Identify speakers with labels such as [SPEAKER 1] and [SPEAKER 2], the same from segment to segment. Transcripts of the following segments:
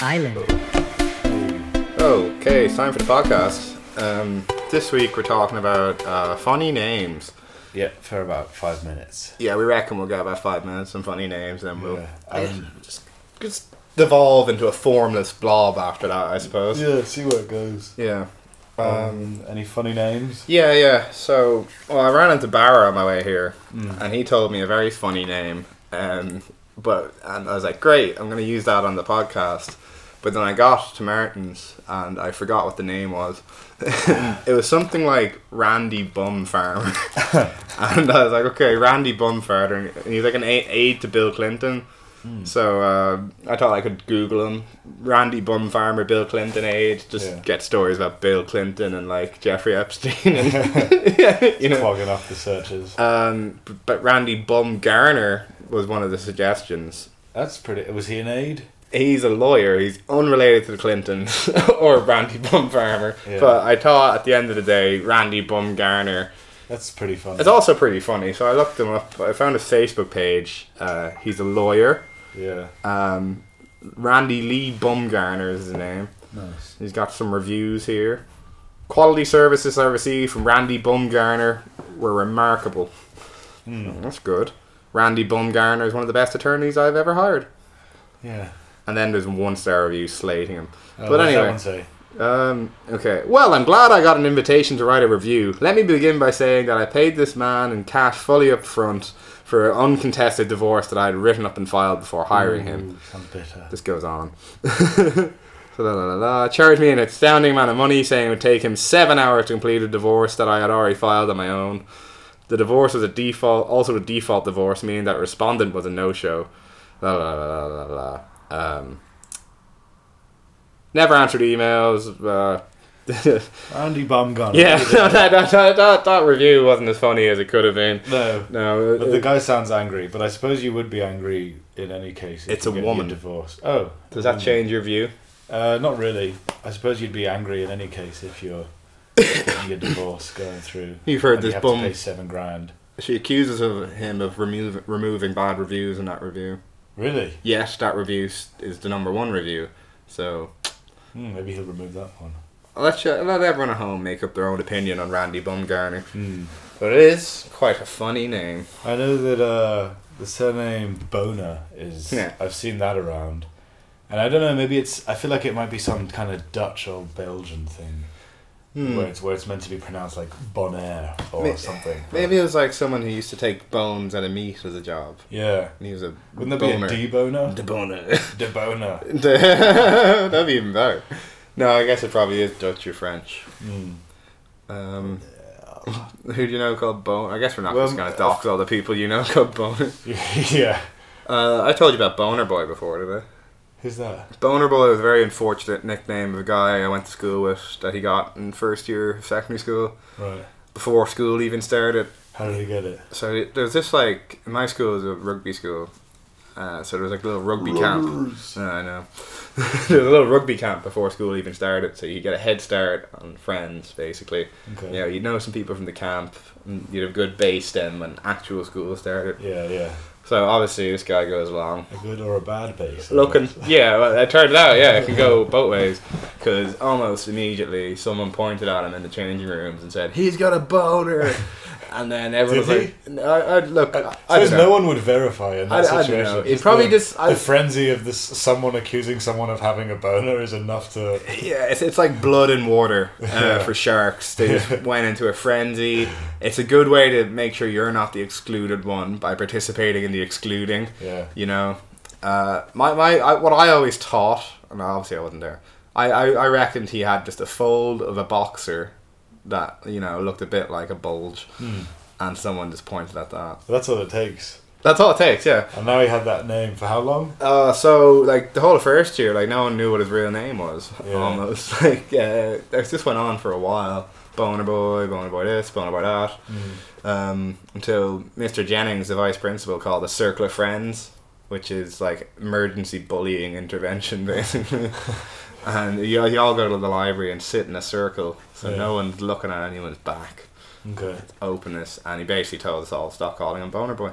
[SPEAKER 1] island.
[SPEAKER 2] Okay, it's time for the podcast. Um, this week we're talking about uh, funny names.
[SPEAKER 3] Yeah, for about five minutes.
[SPEAKER 2] Yeah, we reckon we'll get about five minutes on funny names, then we'll
[SPEAKER 3] Um,
[SPEAKER 2] just just devolve into a formless blob after that, I suppose.
[SPEAKER 3] yeah, see where it goes.
[SPEAKER 2] Yeah.
[SPEAKER 3] Um, any funny names?
[SPEAKER 2] Yeah, yeah. So, well, I ran into Barra on my way here, and he told me a very funny name. Um, but and I was like, great, I'm going to use that on the podcast. But then I got to Martin's, and I forgot what the name was. it was something like Randy Bumfarmer, and I was like, okay, Randy Bumfarmer, and he's like an a- aide to Bill Clinton. So uh, I thought I could Google him, Randy Bumfarmer, Bill Clinton aide, just
[SPEAKER 3] Yeah.
[SPEAKER 2] get stories about Bill Clinton and like Jeffrey Epstein, and you know.
[SPEAKER 3] Clogging up the searches.
[SPEAKER 2] Um, b- but Randy Bumgarner was one of the suggestions.
[SPEAKER 3] That's pretty. Was he an aide?
[SPEAKER 2] He's a lawyer. He's unrelated to the Clintons or Randy Bumfarmer.
[SPEAKER 3] Yeah.
[SPEAKER 2] But I thought at the end of the day, Randy Bumgarner
[SPEAKER 3] That's pretty funny.
[SPEAKER 2] It's also pretty funny. So I looked him up. I found his Facebook page. Uh, he's a lawyer.
[SPEAKER 3] yeah.
[SPEAKER 2] Um, Randy Lee Bumgarner is his name.
[SPEAKER 3] Nice.
[SPEAKER 2] He's got some reviews here. Quality services I received from Randy Bumgarner were remarkable.
[SPEAKER 3] Hmm.
[SPEAKER 2] Oh, That's good. Randy Bumgarner is one of the best attorneys I've ever hired.
[SPEAKER 3] Yeah.
[SPEAKER 2] And then there's one star review slating him.
[SPEAKER 3] Uh, what
[SPEAKER 2] but
[SPEAKER 3] does that
[SPEAKER 2] anyway.
[SPEAKER 3] one say?
[SPEAKER 2] Um, okay. Well, I'm glad I got an invitation to write a review. Let me begin by saying that I paid this man in cash fully up front for an uncontested divorce that I had written up and filed before hiring him.
[SPEAKER 3] Ooh, sounds bitter.
[SPEAKER 2] This goes on. so, la, la, la, la. Charged me an astounding amount of money, saying it would take him seven hours to complete a divorce that I had already filed on my own. The divorce was a default, also a default divorce, meaning that respondent was a no-show. La la la la la. la. Um, never answered emails. Uh,
[SPEAKER 3] Andy Bumgarner.
[SPEAKER 2] yeah, no, that, that, that, that, that review wasn't as funny as it could have been.
[SPEAKER 3] No.
[SPEAKER 2] No,
[SPEAKER 3] But the
[SPEAKER 2] it,
[SPEAKER 3] guy sounds angry, but I suppose you would be angry in any case. if
[SPEAKER 2] It's
[SPEAKER 3] you
[SPEAKER 2] a
[SPEAKER 3] get- you're
[SPEAKER 2] woman.
[SPEAKER 3] Divorced. Oh,
[SPEAKER 2] does that change your view?
[SPEAKER 3] Uh, not really. I suppose you'd be angry in any case if you're getting a divorce going through.
[SPEAKER 2] You've heard
[SPEAKER 3] and
[SPEAKER 2] this
[SPEAKER 3] you have
[SPEAKER 2] bum.
[SPEAKER 3] to pay seven grand.
[SPEAKER 2] She accuses of him of remove, removing bad reviews in that review.
[SPEAKER 3] Really?
[SPEAKER 2] Yes, that review s- is the number one review. So
[SPEAKER 3] Hmm, maybe he'll remove that one.
[SPEAKER 2] let you, let everyone at home make up their own opinion on Randy Bumgarner.
[SPEAKER 3] Hmm.
[SPEAKER 2] But it is quite a funny name.
[SPEAKER 3] I know that uh, the surname Boner is.
[SPEAKER 2] Yeah.
[SPEAKER 3] I've seen that around, and I don't know. Maybe it's. I feel like it might be some kind of Dutch or Belgian thing where it's where it's meant to be pronounced like Bonaire or
[SPEAKER 2] Hmm. May-
[SPEAKER 3] something.
[SPEAKER 2] Maybe it was like someone who used to take bones out of meat as a job.
[SPEAKER 3] Yeah.
[SPEAKER 2] And he was a
[SPEAKER 3] Wouldn't there be a deboner?
[SPEAKER 2] Deboner.
[SPEAKER 3] Deboner.
[SPEAKER 2] That'd be even better. No, I guess it probably is Dutch or French.
[SPEAKER 3] Mm.
[SPEAKER 2] Um, who do you know called Bone? I guess we're not
[SPEAKER 3] Well, uh,
[SPEAKER 2] just going to dox all the people you know called Boner.
[SPEAKER 3] yeah.
[SPEAKER 2] Uh, I told you about Boner Boy before, did I?
[SPEAKER 3] Who's that?
[SPEAKER 2] Boner Boy was a very unfortunate nickname of a guy I went to school with that he got in first year of secondary school
[SPEAKER 3] Right.
[SPEAKER 2] before school even started.
[SPEAKER 3] How did he get it?
[SPEAKER 2] So there's this like my school is a rugby school, uh, so there was like a little rugby camp. Yeah, I know. there was a little rugby camp before school even started, so you get a head start on friends basically.
[SPEAKER 3] Okay.
[SPEAKER 2] You know, you'd know some people from the camp, and you'd have a good base then when actual school started.
[SPEAKER 3] Yeah, yeah.
[SPEAKER 2] So obviously this guy goes along.
[SPEAKER 3] A good or a bad base.
[SPEAKER 2] looking. Yeah, well, it turned out, yeah, it could go both ways. Because almost immediately someone pointed at him in the changing rooms and said, he's got a boner. And then everyone was
[SPEAKER 3] Did
[SPEAKER 2] like, "No, I, I, look, I, I
[SPEAKER 3] Because
[SPEAKER 2] don't
[SPEAKER 3] no
[SPEAKER 2] know.
[SPEAKER 3] one would verify in
[SPEAKER 2] I- I
[SPEAKER 3] that
[SPEAKER 2] don't
[SPEAKER 3] situation.
[SPEAKER 2] know. It probably
[SPEAKER 3] the,
[SPEAKER 2] just- I-
[SPEAKER 3] the frenzy of this someone accusing someone of having a boner is enough to.
[SPEAKER 2] Yeah, it's, it's like blood and water uh,
[SPEAKER 3] Yeah.
[SPEAKER 2] for sharks. They just went into a frenzy. It's a good way to make sure you're not the excluded one by participating in the excluding.
[SPEAKER 3] Yeah.
[SPEAKER 2] you know uh, my, my I, what i always taught and obviously i wasn't there I, I, I reckoned he had just a fold of a boxer that you know looked a bit like a bulge
[SPEAKER 3] Hmm.
[SPEAKER 2] and someone just pointed at that
[SPEAKER 3] That's all it takes.
[SPEAKER 2] that's all it takes yeah
[SPEAKER 3] And now he had that name for how long?
[SPEAKER 2] uh, so like the whole of first year like no one knew what his real name was
[SPEAKER 3] Yeah.
[SPEAKER 2] almost like uh, this just went on for a while boner boy boner boy this boner boy that
[SPEAKER 3] Mm-hmm.
[SPEAKER 2] um, until Mr. Jennings, the vice principal, called a circle of friends, which is like emergency bullying intervention, basically. and you, you all go to the library and sit in a circle, so
[SPEAKER 3] Yeah.
[SPEAKER 2] no one's looking at anyone's back.
[SPEAKER 3] Okay.
[SPEAKER 2] Openness, and he basically told us all to stop calling him Boner Boy.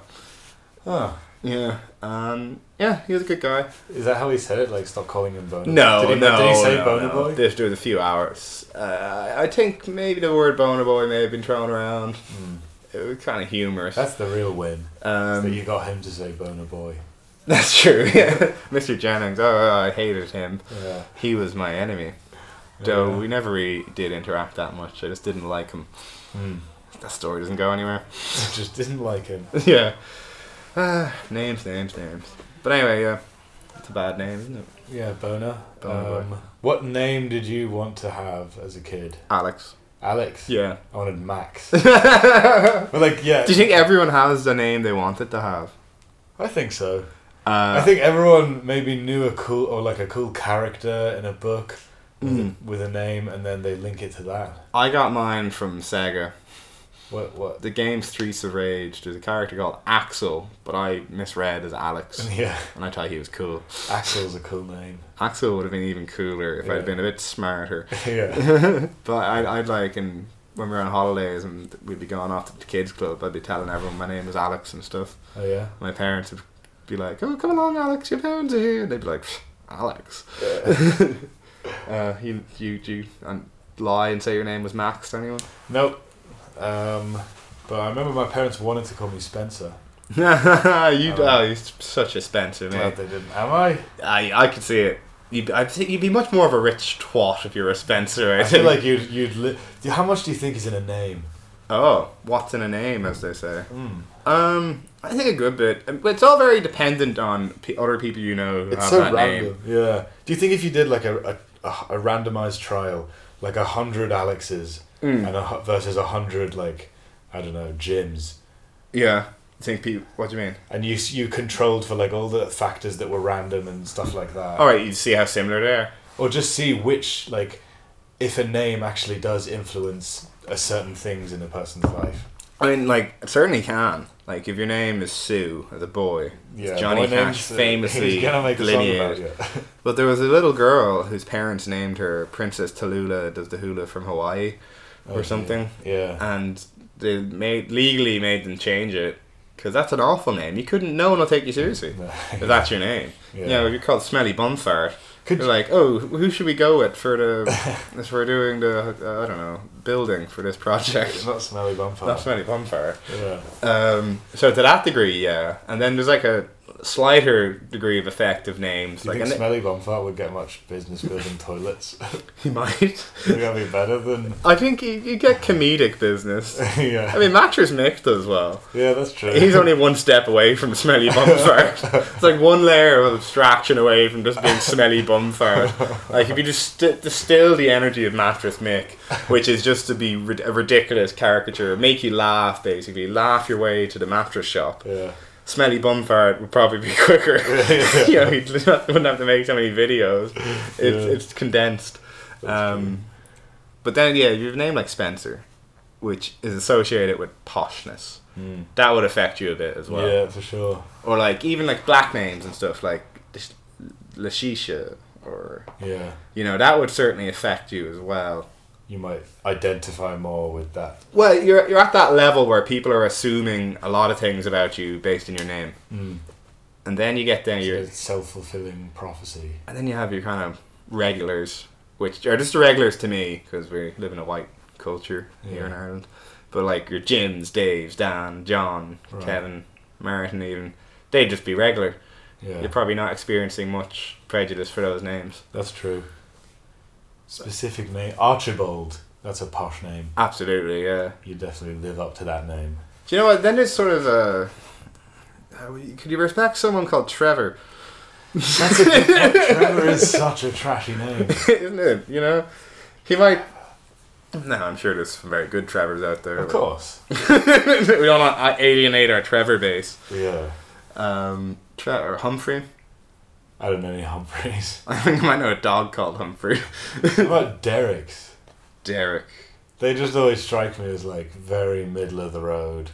[SPEAKER 3] Oh,
[SPEAKER 2] Yeah. Um, yeah, he was a good guy.
[SPEAKER 3] is that how he said it? Like, stop calling him Boner.
[SPEAKER 2] No,
[SPEAKER 3] did he,
[SPEAKER 2] no.
[SPEAKER 3] Did he say
[SPEAKER 2] no,
[SPEAKER 3] Boner
[SPEAKER 2] no.
[SPEAKER 3] Boy?
[SPEAKER 2] This during a few hours. Uh, I think maybe the word boner boy may have been thrown around.
[SPEAKER 3] Mm.
[SPEAKER 2] It was kind of humorous.
[SPEAKER 3] That's the real win. is that
[SPEAKER 2] um,
[SPEAKER 3] you got him to say Boner Boy.
[SPEAKER 2] that's true. Yeah. Mr. Jennings, oh, I hated him.
[SPEAKER 3] Yeah.
[SPEAKER 2] He was my enemy. Though
[SPEAKER 3] Yeah.
[SPEAKER 2] we never really did interact that much. I just didn't like him. hmm.
[SPEAKER 3] Mm.
[SPEAKER 2] That story doesn't go anywhere.
[SPEAKER 3] Just didn't like him.
[SPEAKER 2] yeah. Ah, names, names, names. But anyway, yeah. It's a bad name, isn't it?
[SPEAKER 3] Yeah, Boner.
[SPEAKER 2] Boner Boy.
[SPEAKER 3] um, what name did you want to have as a kid?
[SPEAKER 2] Alex.
[SPEAKER 3] Alex.
[SPEAKER 2] Yeah.
[SPEAKER 3] I wanted Max.
[SPEAKER 2] Do
[SPEAKER 3] But like, yeah.
[SPEAKER 2] you think everyone has the name they wanted to have?
[SPEAKER 3] I think so.
[SPEAKER 2] Uh,
[SPEAKER 3] I think everyone maybe knew a cool or like a cool character in a book with,
[SPEAKER 2] Mm.
[SPEAKER 3] a, with a name, and then they link it to that.
[SPEAKER 2] I got mine from Sega.
[SPEAKER 3] What? What?
[SPEAKER 2] The game Streets of Rage, there's a character called Axel, but I misread as Alex,
[SPEAKER 3] Yeah,
[SPEAKER 2] and I thought he was cool.
[SPEAKER 3] Axel's a cool name.
[SPEAKER 2] Axel would have been even cooler if
[SPEAKER 3] Yeah.
[SPEAKER 2] I'd been a bit smarter.
[SPEAKER 3] yeah.
[SPEAKER 2] but I'd, I'd like, and when we were on holidays and we'd be going off to the kids' club, I'd be telling everyone my name is Alex and stuff.
[SPEAKER 3] Oh yeah.
[SPEAKER 2] My parents would be like, oh, come along, Alex, your parents are here. And they'd be like, "Pfft, Alex. Uh, you, you, you and lie and say your name was Max to anyone?
[SPEAKER 3] nope. Um, but I remember my parents wanted to call me Spencer.
[SPEAKER 2] you, oh,
[SPEAKER 3] Oh.
[SPEAKER 2] you're such a Spencer, man.
[SPEAKER 3] Glad they didn't. Am I?
[SPEAKER 2] I I could see it. You'd, I'd think you'd be much more of a rich twat if you were a Spencer. I,
[SPEAKER 3] I
[SPEAKER 2] think.
[SPEAKER 3] feel like you'd you'd. Li- Do- How much do you think is in a name?
[SPEAKER 2] oh, what's in a name, as they say.
[SPEAKER 3] Mm.
[SPEAKER 2] Um, I think a good bit. But It's all very dependent on p- other people you know who
[SPEAKER 3] It's
[SPEAKER 2] have
[SPEAKER 3] so
[SPEAKER 2] that
[SPEAKER 3] random.
[SPEAKER 2] name.
[SPEAKER 3] Yeah. Do you think if you did like a a, a randomized trial, like a hundred Alexes
[SPEAKER 2] Mm.
[SPEAKER 3] and a, hu- versus a hundred like I don't know Jims,
[SPEAKER 2] Yeah, I think people. What do you mean?
[SPEAKER 3] and you s- you controlled for like all the factors that were random and stuff like that,
[SPEAKER 2] All right, you see how similar they are.
[SPEAKER 3] or just see which like if a name actually does influence a certain things in a person's life.
[SPEAKER 2] I mean, like it certainly can. Like if your name is Sue as a boy,
[SPEAKER 3] Yeah,
[SPEAKER 2] Johnny
[SPEAKER 3] my
[SPEAKER 2] Cash
[SPEAKER 3] name's, uh,
[SPEAKER 2] famously
[SPEAKER 3] he's gonna make a song about
[SPEAKER 2] delineated.
[SPEAKER 3] it.
[SPEAKER 2] But there was a little girl whose parents named her Princess Tallulah does the hula from Hawaii or
[SPEAKER 3] Okay.
[SPEAKER 2] something.
[SPEAKER 3] Yeah.
[SPEAKER 2] And they made legally made them change it because that's an awful name. You couldn't, no one will take you seriously
[SPEAKER 3] No.
[SPEAKER 2] if that's your name.
[SPEAKER 3] Yeah.
[SPEAKER 2] You know, if you're called Smelly Bumfart,
[SPEAKER 3] Could
[SPEAKER 2] you're like, oh, who should we go with for the as we're doing the uh, I don't know building for this
[SPEAKER 3] It's
[SPEAKER 2] project?
[SPEAKER 3] not smelly bumper.
[SPEAKER 2] Not Smelly Bumfart.
[SPEAKER 3] yeah.
[SPEAKER 2] Um, so to that degree, yeah. And then there's like a slighter degree of effective names,
[SPEAKER 3] Do you
[SPEAKER 2] like
[SPEAKER 3] think
[SPEAKER 2] and
[SPEAKER 3] Smelly Bonfire would get much business building toilets?
[SPEAKER 2] he might.
[SPEAKER 3] Would that be better than?
[SPEAKER 2] I think you, you get comedic business.
[SPEAKER 3] yeah,
[SPEAKER 2] I mean, Mattress Mick does well.
[SPEAKER 3] yeah, that's true.
[SPEAKER 2] He's only one step away from smelly bumfart. it's like one layer of abstraction away from just being smelly bumfart. Like if you just st- distill the energy of Mattress Mick, which is just to be rid- a ridiculous caricature, make you laugh basically, laugh your way to the mattress shop.
[SPEAKER 3] yeah,
[SPEAKER 2] Smelly bumfart would probably be quicker.
[SPEAKER 3] Yeah.
[SPEAKER 2] you know, he wouldn't have to make so many videos. It's
[SPEAKER 3] Yeah.
[SPEAKER 2] it's condensed. Um, but then yeah, you have a name like Spencer, which is associated with poshness.
[SPEAKER 3] Mm.
[SPEAKER 2] That would affect you a bit as well.
[SPEAKER 3] yeah, for sure.
[SPEAKER 2] Or like even like black names and stuff like Lash- Lashisha or
[SPEAKER 3] Yeah,
[SPEAKER 2] you know that would certainly affect you as well.
[SPEAKER 3] you might identify more with that.
[SPEAKER 2] Well, you're you're at that level where people are assuming a lot of things about you based on your name,
[SPEAKER 3] Mm.
[SPEAKER 2] and then you get there. You're
[SPEAKER 3] It's self fulfilling prophecy.
[SPEAKER 2] And then you have your kind of regulars, which are just the regulars to me because we live in a white culture here in
[SPEAKER 3] Yeah.
[SPEAKER 2] Ireland. But like your Jims, Daves, Dan, John,
[SPEAKER 3] Right.
[SPEAKER 2] Kevin, Martin, even they'd just be regular.
[SPEAKER 3] Yeah,
[SPEAKER 2] You're probably not experiencing much prejudice for those names.
[SPEAKER 3] that's true. Specific name Archibald. That's a posh name.
[SPEAKER 2] Absolutely, yeah.
[SPEAKER 3] You definitely live up to that name.
[SPEAKER 2] Do you know what? Then there's sort of a. how would you- Could you respect someone called Trevor?
[SPEAKER 3] That's a good point. Trevor is such a trashy name.
[SPEAKER 2] Isn't it? You know, he might. No, I'm sure there's some very good Trevors out there.
[SPEAKER 3] Of
[SPEAKER 2] but-
[SPEAKER 3] course.
[SPEAKER 2] we don't want to alienate our Trevor base.
[SPEAKER 3] Yeah.
[SPEAKER 2] Um, Tra- or Humphrey.
[SPEAKER 3] I don't know any Humphreys.
[SPEAKER 2] I think I might know a dog called Humphrey.
[SPEAKER 3] What about Derek's?
[SPEAKER 2] Derek.
[SPEAKER 3] They just always strike me as like very middle of the road.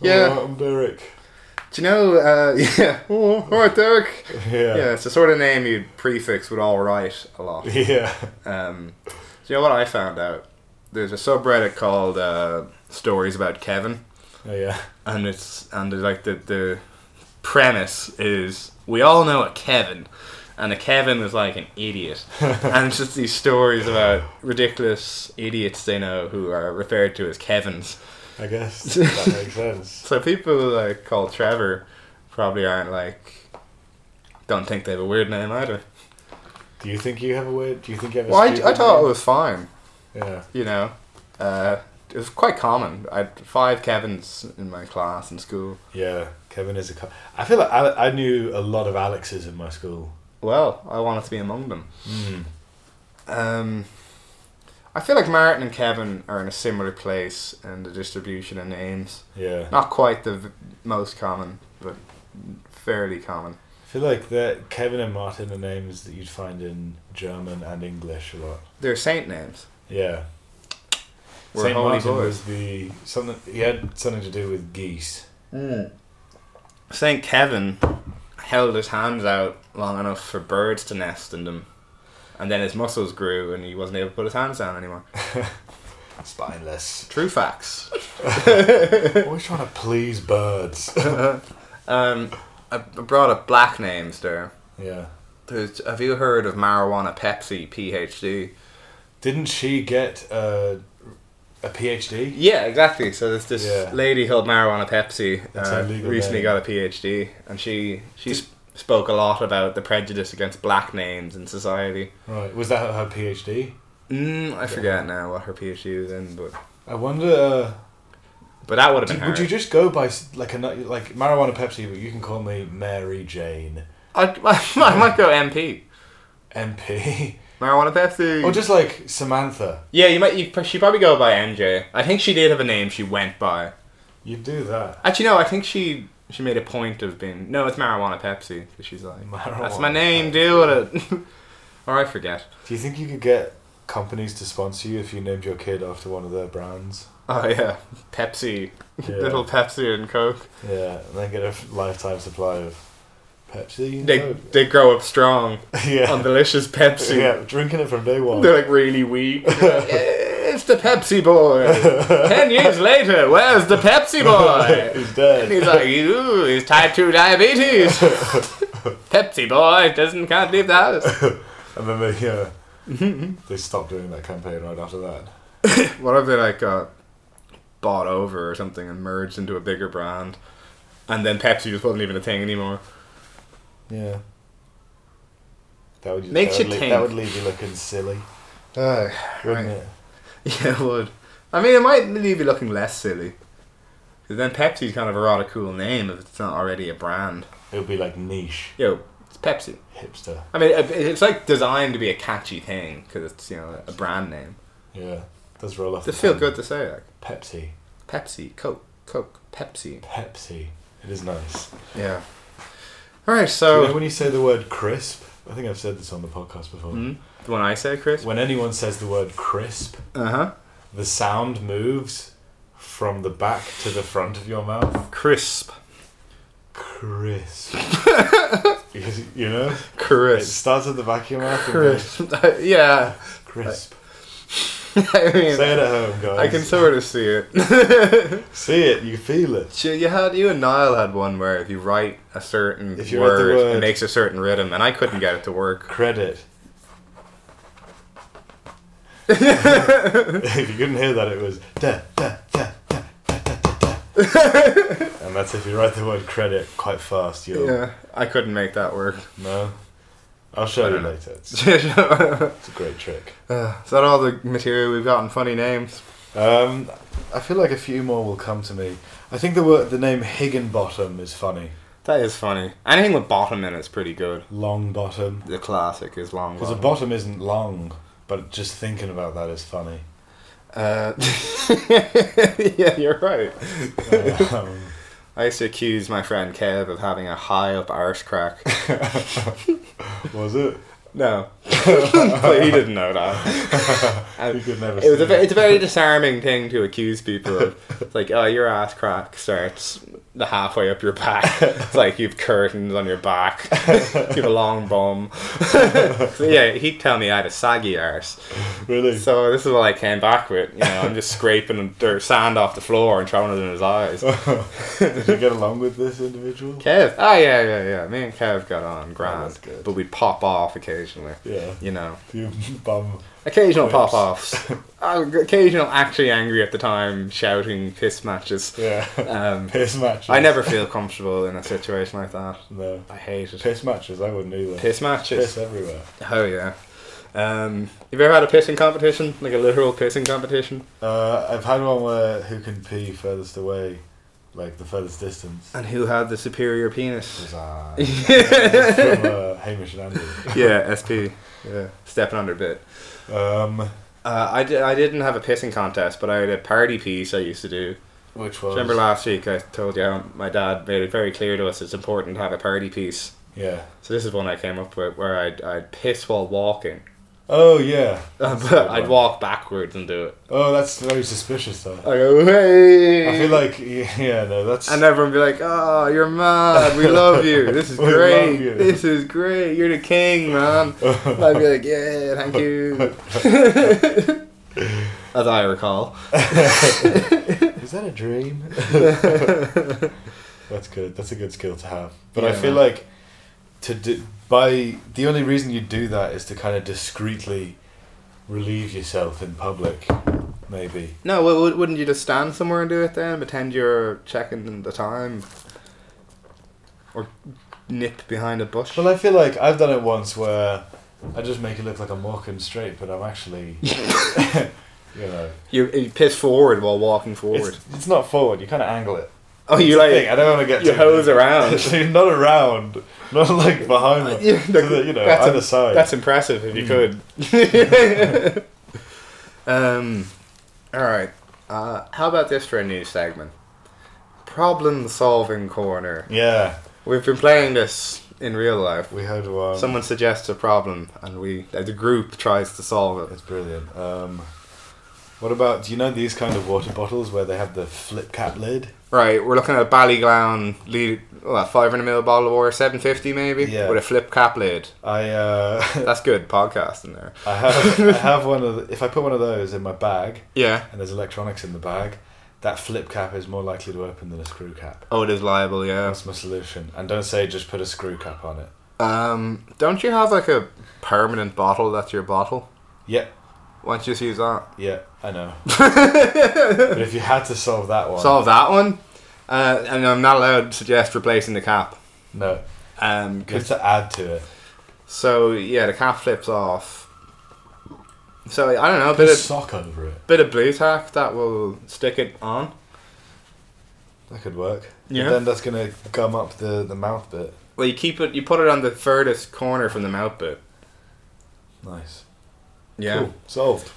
[SPEAKER 2] Yeah.
[SPEAKER 3] Oh, I'm Derek.
[SPEAKER 2] Do you know? Uh, yeah. Oh, all right, Derek. Yeah.
[SPEAKER 3] Yeah.
[SPEAKER 2] it's the sort of name you'd prefix with "all right" a lot.
[SPEAKER 3] Yeah.
[SPEAKER 2] Um, do you know what I found out? There's a subreddit called uh, "Stories About Kevin,"
[SPEAKER 3] Oh, yeah.
[SPEAKER 2] and it's and there's like the the premise is we all know a Kevin, and a Kevin is like an idiot, and it's just these stories about ridiculous idiots they know who are referred to as Kevins.
[SPEAKER 3] I guess that makes sense.
[SPEAKER 2] So people like called Trevor probably aren't like don't think they have a weird name either.
[SPEAKER 3] Do you think you have a weird? Do you think you have a?
[SPEAKER 2] Well, I,
[SPEAKER 3] stupid
[SPEAKER 2] I thought it
[SPEAKER 3] name?
[SPEAKER 2] was fine.
[SPEAKER 3] Yeah.
[SPEAKER 2] You know, uh, it was quite common. I had five Kevins in my class in school.
[SPEAKER 3] Yeah, Kevin is a. Co- I feel like Ale- I knew a lot of Alexes in my school.
[SPEAKER 2] Well, I wanted to be among them. Um, I feel like Martin and Kevin are in a similar place in the distribution of names.
[SPEAKER 3] Yeah,
[SPEAKER 2] Not quite the v- most common, but fairly common.
[SPEAKER 3] I feel like that Kevin and Martin are names that you'd find in German and English a lot.
[SPEAKER 2] They're saint names.
[SPEAKER 3] Yeah,
[SPEAKER 2] We're
[SPEAKER 3] Saint
[SPEAKER 2] holy
[SPEAKER 3] Martin
[SPEAKER 2] boys.
[SPEAKER 3] was the something he had something to do with geese.
[SPEAKER 2] Saint Kevin held his hands out long enough for birds to nest in them, and then his muscles grew and he wasn't able to put his hands down anymore.
[SPEAKER 3] Spineless.
[SPEAKER 2] True facts.
[SPEAKER 3] Always trying to please birds.
[SPEAKER 2] Um, I I brought up black names there.
[SPEAKER 3] yeah.
[SPEAKER 2] There's, have you heard of marijuana Pepsi PhD?
[SPEAKER 3] Didn't she get a a PhD?
[SPEAKER 2] Yeah, exactly. So there's this
[SPEAKER 3] Yeah.
[SPEAKER 2] lady called marijuana Pepsi.
[SPEAKER 3] That's
[SPEAKER 2] uh,
[SPEAKER 3] a legal
[SPEAKER 2] recently
[SPEAKER 3] name.
[SPEAKER 2] got a PhD, and she she sp- spoke a lot about the prejudice against black names in society.
[SPEAKER 3] Right. Was that her PhD?
[SPEAKER 2] Mm, I forget now what her PhD was in, but
[SPEAKER 3] I wonder. Uh,
[SPEAKER 2] but that would have
[SPEAKER 3] Do-
[SPEAKER 2] been her.
[SPEAKER 3] would you just go by s- like a nu- like marijuana Pepsi? But you can call me Mary Jane
[SPEAKER 2] I, I, might go MP.
[SPEAKER 3] MP,
[SPEAKER 2] Marijuana Pepsi.
[SPEAKER 3] or Oh, just like Samantha.
[SPEAKER 2] yeah, you might. You, she probably go by MJ. I think she did have a name she went by.
[SPEAKER 3] You do that.
[SPEAKER 2] Actually, no. I think she she made a point of being no. It's marijuana Pepsi. 'cause She's like that's my
[SPEAKER 3] Marijuana
[SPEAKER 2] name. Deal with it. or I forget.
[SPEAKER 3] Do you think you could get companies to sponsor you if you named your kid after one of their brands?
[SPEAKER 2] Oh yeah, Pepsi,
[SPEAKER 3] Yeah.
[SPEAKER 2] little Pepsi and Coke.
[SPEAKER 3] Yeah, and then get a f- lifetime supply of Pepsi. and
[SPEAKER 2] They
[SPEAKER 3] Coke.
[SPEAKER 2] they grow up strong
[SPEAKER 3] yeah,
[SPEAKER 2] on delicious Pepsi.
[SPEAKER 3] yeah, drinking it from day one.
[SPEAKER 2] They're like really weak. They're like, "Eh, it's the Pepsi boy. Ten years later, where's the Pepsi boy?
[SPEAKER 3] He's
[SPEAKER 2] And he's
[SPEAKER 3] dead.
[SPEAKER 2] like, ooh, he's type two diabetes. Pepsi boy doesn't can't leave the house.
[SPEAKER 3] And then they yeah, they stopped doing that campaign right after that.
[SPEAKER 2] What if they like got bought over or something and merged into a bigger brand, and then Pepsi just wasn't even a thing anymore?
[SPEAKER 3] Yeah. That would
[SPEAKER 2] Makes
[SPEAKER 3] that
[SPEAKER 2] you
[SPEAKER 3] would
[SPEAKER 2] think.
[SPEAKER 3] That would leave you looking silly, wouldn't it?
[SPEAKER 2] Yeah, it would. I mean, it might leave you looking less silly. 'Cause then Pepsi's kind of a rather cool name if it's not already a brand.
[SPEAKER 3] It would be like niche
[SPEAKER 2] Yo, it's Pepsi.
[SPEAKER 3] hipster.
[SPEAKER 2] I mean, it- it's like designed to be a catchy thing because it's you know a brand name.
[SPEAKER 3] Yeah, does roll off.
[SPEAKER 2] Does
[SPEAKER 3] the
[SPEAKER 2] feel
[SPEAKER 3] tongue.
[SPEAKER 2] good to say like
[SPEAKER 3] Pepsi,
[SPEAKER 2] Pepsi, Coke, Coke, Pepsi.
[SPEAKER 3] Pepsi. It is nice.
[SPEAKER 2] Yeah. All right,
[SPEAKER 3] So
[SPEAKER 2] so Hmm?
[SPEAKER 3] when you say the word crisp, I think I've said this on the podcast before.
[SPEAKER 2] Mhm. the one I say, Chris.
[SPEAKER 3] When anyone says the word crisp,
[SPEAKER 2] Uh huh.
[SPEAKER 3] the sound moves from the back to the front of your mouth.
[SPEAKER 2] Crisp.
[SPEAKER 3] Crisp. because you know it
[SPEAKER 2] Crisp.
[SPEAKER 3] starts at the back of your mouth. and goes
[SPEAKER 2] Crisp. yeah.
[SPEAKER 3] Crisp.
[SPEAKER 2] I mean,
[SPEAKER 3] Say it at home, guys.
[SPEAKER 2] I can sort of see it.
[SPEAKER 3] see it. You feel it.
[SPEAKER 2] So you had you and Niall had one where if you write a certain
[SPEAKER 3] If you write the
[SPEAKER 2] word, it
[SPEAKER 3] word-
[SPEAKER 2] makes a certain rhythm, and I couldn't get it to work.
[SPEAKER 3] credit. if you couldn't hear that, it was da da da da da da da. da. and that's if you write the word credit quite fast. You'll
[SPEAKER 2] Yeah, I couldn't make that work.
[SPEAKER 3] no. I'll show you later. It's,
[SPEAKER 2] Uh,
[SPEAKER 3] it's a great trick.
[SPEAKER 2] Is that all the material we've got on funny names?
[SPEAKER 3] Um, I feel like a few more will come to me. I think the word, the name Higginbottom is funny.
[SPEAKER 2] That is funny. Anything with bottom in it's pretty good.
[SPEAKER 3] Long bottom.
[SPEAKER 2] The classic is long.
[SPEAKER 3] Because a
[SPEAKER 2] Bottom.
[SPEAKER 3] bottom isn't long, but just thinking about that is funny.
[SPEAKER 2] uh, yeah, you're right.
[SPEAKER 3] Um,
[SPEAKER 2] I used to accuse my friend Kev of having a high up arse crack.
[SPEAKER 3] was it?
[SPEAKER 2] No, but he didn't know that.
[SPEAKER 3] You could never
[SPEAKER 2] It was
[SPEAKER 3] see
[SPEAKER 2] a, ve- it's a very disarming thing to accuse people of. It's like, oh, your ass crack starts the halfway up your back. It's like you've curtains on your back. you have a long bum. So, yeah, he'd tell me I had a saggy arse.
[SPEAKER 3] Really?
[SPEAKER 2] So this is what I came back with. You know, I'm just scraping dirt, sand off the floor and throwing it in his eyes.
[SPEAKER 3] Did you get along with this individual?
[SPEAKER 2] Kev. Oh yeah, yeah, yeah. Me and Kev got on grand,
[SPEAKER 3] that's good.
[SPEAKER 2] but we'd pop off occasionally.
[SPEAKER 3] Yeah.
[SPEAKER 2] You know,
[SPEAKER 3] You bum.
[SPEAKER 2] occasional
[SPEAKER 3] Whips.
[SPEAKER 2] pop offs. occasional, actually angry at the time, shouting piss matches.
[SPEAKER 3] Yeah.
[SPEAKER 2] Um,
[SPEAKER 3] Piss matches.
[SPEAKER 2] I never feel comfortable in a situation like that.
[SPEAKER 3] No.
[SPEAKER 2] I hate it.
[SPEAKER 3] Piss matches, I wouldn't either.
[SPEAKER 2] Piss
[SPEAKER 3] Piss
[SPEAKER 2] matches.
[SPEAKER 3] everywhere.
[SPEAKER 2] Oh yeah. Um, have you ever had a pissing competition, like a literal pissing competition?
[SPEAKER 3] Uh, I've had one where who can pee furthest away, like the furthest distance.
[SPEAKER 2] And who had the superior penis?
[SPEAKER 3] Was, uh, from uh, Hamish and Andy.
[SPEAKER 2] yeah, SP.
[SPEAKER 3] Yeah.
[SPEAKER 2] Stepping under bit.
[SPEAKER 3] Um,
[SPEAKER 2] Uh, I, di- I didn't have a pissing contest, but I had a party piece I used to do.
[SPEAKER 3] which was
[SPEAKER 2] Remember last week I told you how my dad made it very clear to us it's important to have a party piece.
[SPEAKER 3] Yeah.
[SPEAKER 2] So this is one I came up with where I'd, I'd piss while walking.
[SPEAKER 3] Oh yeah.
[SPEAKER 2] Uh,
[SPEAKER 3] That's a
[SPEAKER 2] but
[SPEAKER 3] good
[SPEAKER 2] I'd
[SPEAKER 3] one.
[SPEAKER 2] walk backwards and do it.
[SPEAKER 3] Oh, that's very suspicious though.
[SPEAKER 2] I go, hey!
[SPEAKER 3] I feel like yeah, no, that's
[SPEAKER 2] And everyone be like, oh, you're mad. We love you. This is
[SPEAKER 3] We love
[SPEAKER 2] great.
[SPEAKER 3] you."
[SPEAKER 2] This is great. You're the king, man. And I'd be like, yeah, thank you. As I recall.
[SPEAKER 3] is that a dream? that's good. That's a good skill to have. But I
[SPEAKER 2] Yeah.
[SPEAKER 3] feel like to do by the only reason you do that is to kind of discreetly relieve yourself in public, maybe.
[SPEAKER 2] No, well, wou- wouldn't you just stand somewhere and do it then? Pretend you're checking the time, or nip behind a bush.
[SPEAKER 3] Well, I feel like I've done it once where I just make it look like I'm walking straight, but I'm actually, you know,
[SPEAKER 2] You you piss forward while walking forward.
[SPEAKER 3] it's, it's not forward. You kind of angle it.
[SPEAKER 2] oh,
[SPEAKER 3] It's
[SPEAKER 2] you
[SPEAKER 3] the thing,
[SPEAKER 2] like
[SPEAKER 3] I don't want to get
[SPEAKER 2] you
[SPEAKER 3] too-
[SPEAKER 2] hose around.
[SPEAKER 3] So you're not around, not like behind them.
[SPEAKER 2] Yeah,
[SPEAKER 3] So that, you know,
[SPEAKER 2] that's
[SPEAKER 3] either
[SPEAKER 2] a-
[SPEAKER 3] side. Hmm.
[SPEAKER 2] That's impressive if you could. um, all right. Uh, how about this for a new segment? Problem solving corner.
[SPEAKER 3] yeah,
[SPEAKER 2] We've been playing this in real life.
[SPEAKER 3] we had one.
[SPEAKER 2] Someone suggests a problem, and we as a group tries to solve it.
[SPEAKER 3] It's brilliant. Um, what about? Do you know these kind of water bottles where they have the flip cap lid?
[SPEAKER 2] Right, we're looking at a Ballyglown lead, what, 500 ml bottle of water, 750 maybe,
[SPEAKER 3] Yeah.
[SPEAKER 2] with a flip cap lid.
[SPEAKER 3] I uh,
[SPEAKER 2] That's good podcast in there.
[SPEAKER 3] I have I have one of. The, if I put one of those in my bag,
[SPEAKER 2] Yeah.
[SPEAKER 3] and there's electronics in the bag, that flip cap is more likely to open than a screw cap.
[SPEAKER 2] Oh, it is liable, yeah.
[SPEAKER 3] That's my solution. And don't say just put a screw cap on it.
[SPEAKER 2] Um, don't you have like a permanent bottle that's your bottle?
[SPEAKER 3] Yeah,
[SPEAKER 2] Why don't you just use that?
[SPEAKER 3] yeah, I know. but if you had to solve that one,
[SPEAKER 2] Solve that one. Uh, and I'm not allowed to suggest replacing the cap.
[SPEAKER 3] no,
[SPEAKER 2] Um,
[SPEAKER 3] you have to add to it.
[SPEAKER 2] so, yeah, the cap flips off. So, I don't know, a
[SPEAKER 3] Put
[SPEAKER 2] bit
[SPEAKER 3] a
[SPEAKER 2] of,
[SPEAKER 3] sock over it.
[SPEAKER 2] bit of blue tack that will stick it on.
[SPEAKER 3] That could work. But
[SPEAKER 2] Yeah.
[SPEAKER 3] then that's gonna gum up the, the mouth bit.
[SPEAKER 2] Well, you keep it, you put it on the furthest corner from the mouth bit.
[SPEAKER 3] Nice.
[SPEAKER 2] Yeah.
[SPEAKER 3] Cool. Solved.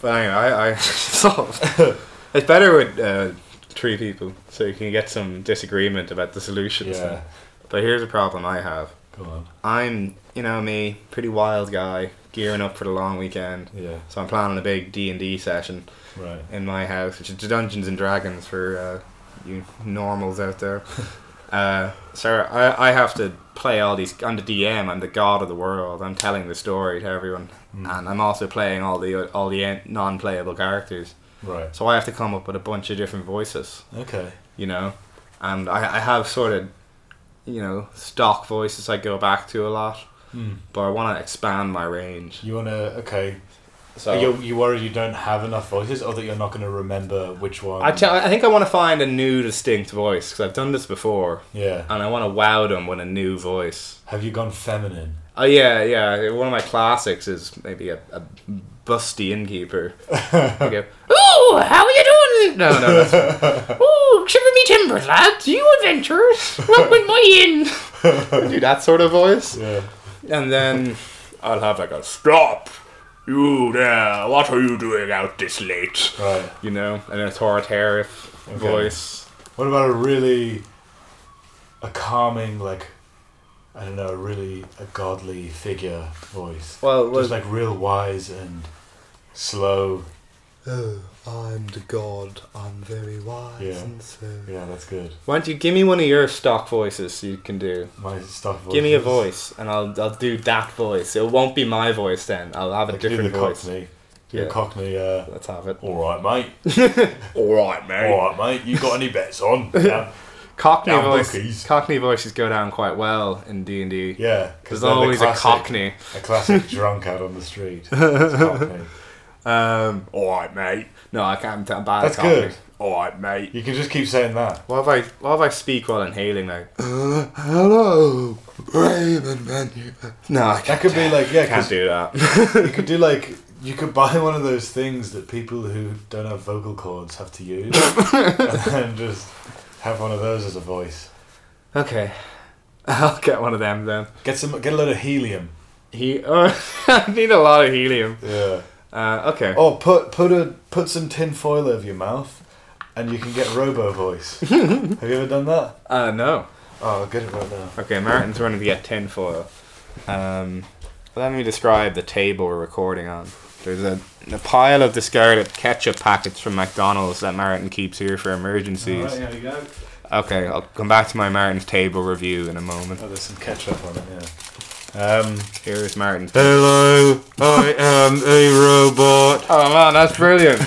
[SPEAKER 2] But anyway, I, I solved. it's better with uh, three people, so you can get some disagreement about the solutions.
[SPEAKER 3] Yeah.
[SPEAKER 2] But here's a problem I have.
[SPEAKER 3] Go on.
[SPEAKER 2] I'm, you know me, pretty wild guy, gearing up for the long weekend.
[SPEAKER 3] Yeah.
[SPEAKER 2] So I'm planning a big D and D session
[SPEAKER 3] Right.
[SPEAKER 2] in my house, which is Dungeons and Dragons for uh, you normals out there. Uh, so I, I have to play all these. I'm the DM. I'm the god of the world. I'm telling the story to everyone, and I'm also playing all the all the en- non-playable characters.
[SPEAKER 3] Right.
[SPEAKER 2] So I have to come up with a bunch of different voices,
[SPEAKER 3] Okay.
[SPEAKER 2] you know, and I, I have sort of, you know, stock voices I go back to a lot,
[SPEAKER 3] Mm.
[SPEAKER 2] but I want to expand my range.
[SPEAKER 3] You wanna okay.
[SPEAKER 2] So
[SPEAKER 3] Are you you worried you don't have enough voices or that you're not gonna remember which one
[SPEAKER 2] I, t- I think I want to find a new distinct voice because I've done this before,
[SPEAKER 3] Yeah.
[SPEAKER 2] and I want to wow them with a new voice.
[SPEAKER 3] Have you gone feminine?
[SPEAKER 2] Oh yeah, yeah. One of my classics is maybe a, a busty innkeeper. I go, "Ooh, how are you doing?" No, no. That's... Ooh, shiver me timbers, lads! You adventurers, welcome my inn. I Do that sort of voice,
[SPEAKER 3] Yeah.
[SPEAKER 2] and then I'll have like a stop. You there? What are you doing out this late?
[SPEAKER 3] Right.
[SPEAKER 2] You know, an authoritarian voice.
[SPEAKER 3] What about a really a calming like I don't know, really a godly figure voice.
[SPEAKER 2] Well, it was
[SPEAKER 3] Just like real wise and slow.
[SPEAKER 2] Oh, I'm the god. I'm very wise
[SPEAKER 3] Yeah.
[SPEAKER 2] and so.
[SPEAKER 3] Yeah, that's good.
[SPEAKER 2] Why don't you give me one of your stock voices you can do?
[SPEAKER 3] My stuff.
[SPEAKER 2] Give me a voice, and I'll I'll do that voice. It won't be my voice then. I'll have a
[SPEAKER 3] Like, do
[SPEAKER 2] different
[SPEAKER 3] the
[SPEAKER 2] voice.
[SPEAKER 3] Cockney. Do a
[SPEAKER 2] Yeah.
[SPEAKER 3] Cockney. Uh,
[SPEAKER 2] Let's have it.
[SPEAKER 3] all right, mate.
[SPEAKER 2] All right,
[SPEAKER 3] All right, mate. You got any bets on? Yeah,
[SPEAKER 2] Cockney
[SPEAKER 3] Down
[SPEAKER 2] voice.
[SPEAKER 3] bookies.
[SPEAKER 2] Cockney voices go down quite well in D and D.
[SPEAKER 3] yeah.
[SPEAKER 2] There's
[SPEAKER 3] they're the
[SPEAKER 2] always
[SPEAKER 3] classic-
[SPEAKER 2] a Cockney.
[SPEAKER 3] A classic drunk out on the street. It's Cockney.
[SPEAKER 2] Um, all right, mate. No, I can't. I'm bad
[SPEAKER 3] That's
[SPEAKER 2] at Cockney.
[SPEAKER 3] good.
[SPEAKER 2] All right, mate.
[SPEAKER 3] You can just keep saying that.
[SPEAKER 2] What if I what if I speak while inhaling like? hello, Raymond Menu. No, I
[SPEAKER 3] That
[SPEAKER 2] can't,
[SPEAKER 3] could be like yeah.
[SPEAKER 2] can't
[SPEAKER 3] 'cause
[SPEAKER 2] do that.
[SPEAKER 3] you could do like you could buy one of those things that people who don't have vocal cords have to use, and then just have one of those as a voice.
[SPEAKER 2] Okay. I'll get one of them then.
[SPEAKER 3] Get some. Get a load of helium.
[SPEAKER 2] He uh, I need a lot of helium.
[SPEAKER 3] Yeah.
[SPEAKER 2] Uh, okay.
[SPEAKER 3] Or put put a put some tin foil over your mouth, and you can get robo voice. have you ever done that?
[SPEAKER 2] Uh, no.
[SPEAKER 3] Oh, I'll get it right now.
[SPEAKER 2] Okay, Martin's running to get tinfoil. Um, let me describe the table we're recording on. There's a, a pile of discarded ketchup packets from McDonald's that Martin keeps here for emergencies.
[SPEAKER 3] Alright, here we go.
[SPEAKER 2] Okay, I'll come back to my Martin's table review in a moment.
[SPEAKER 3] Oh, there's some ketchup on it. Yeah. Um.
[SPEAKER 2] Here's Martin's.
[SPEAKER 3] Hello, I am a robot.
[SPEAKER 2] Oh man, that's brilliant!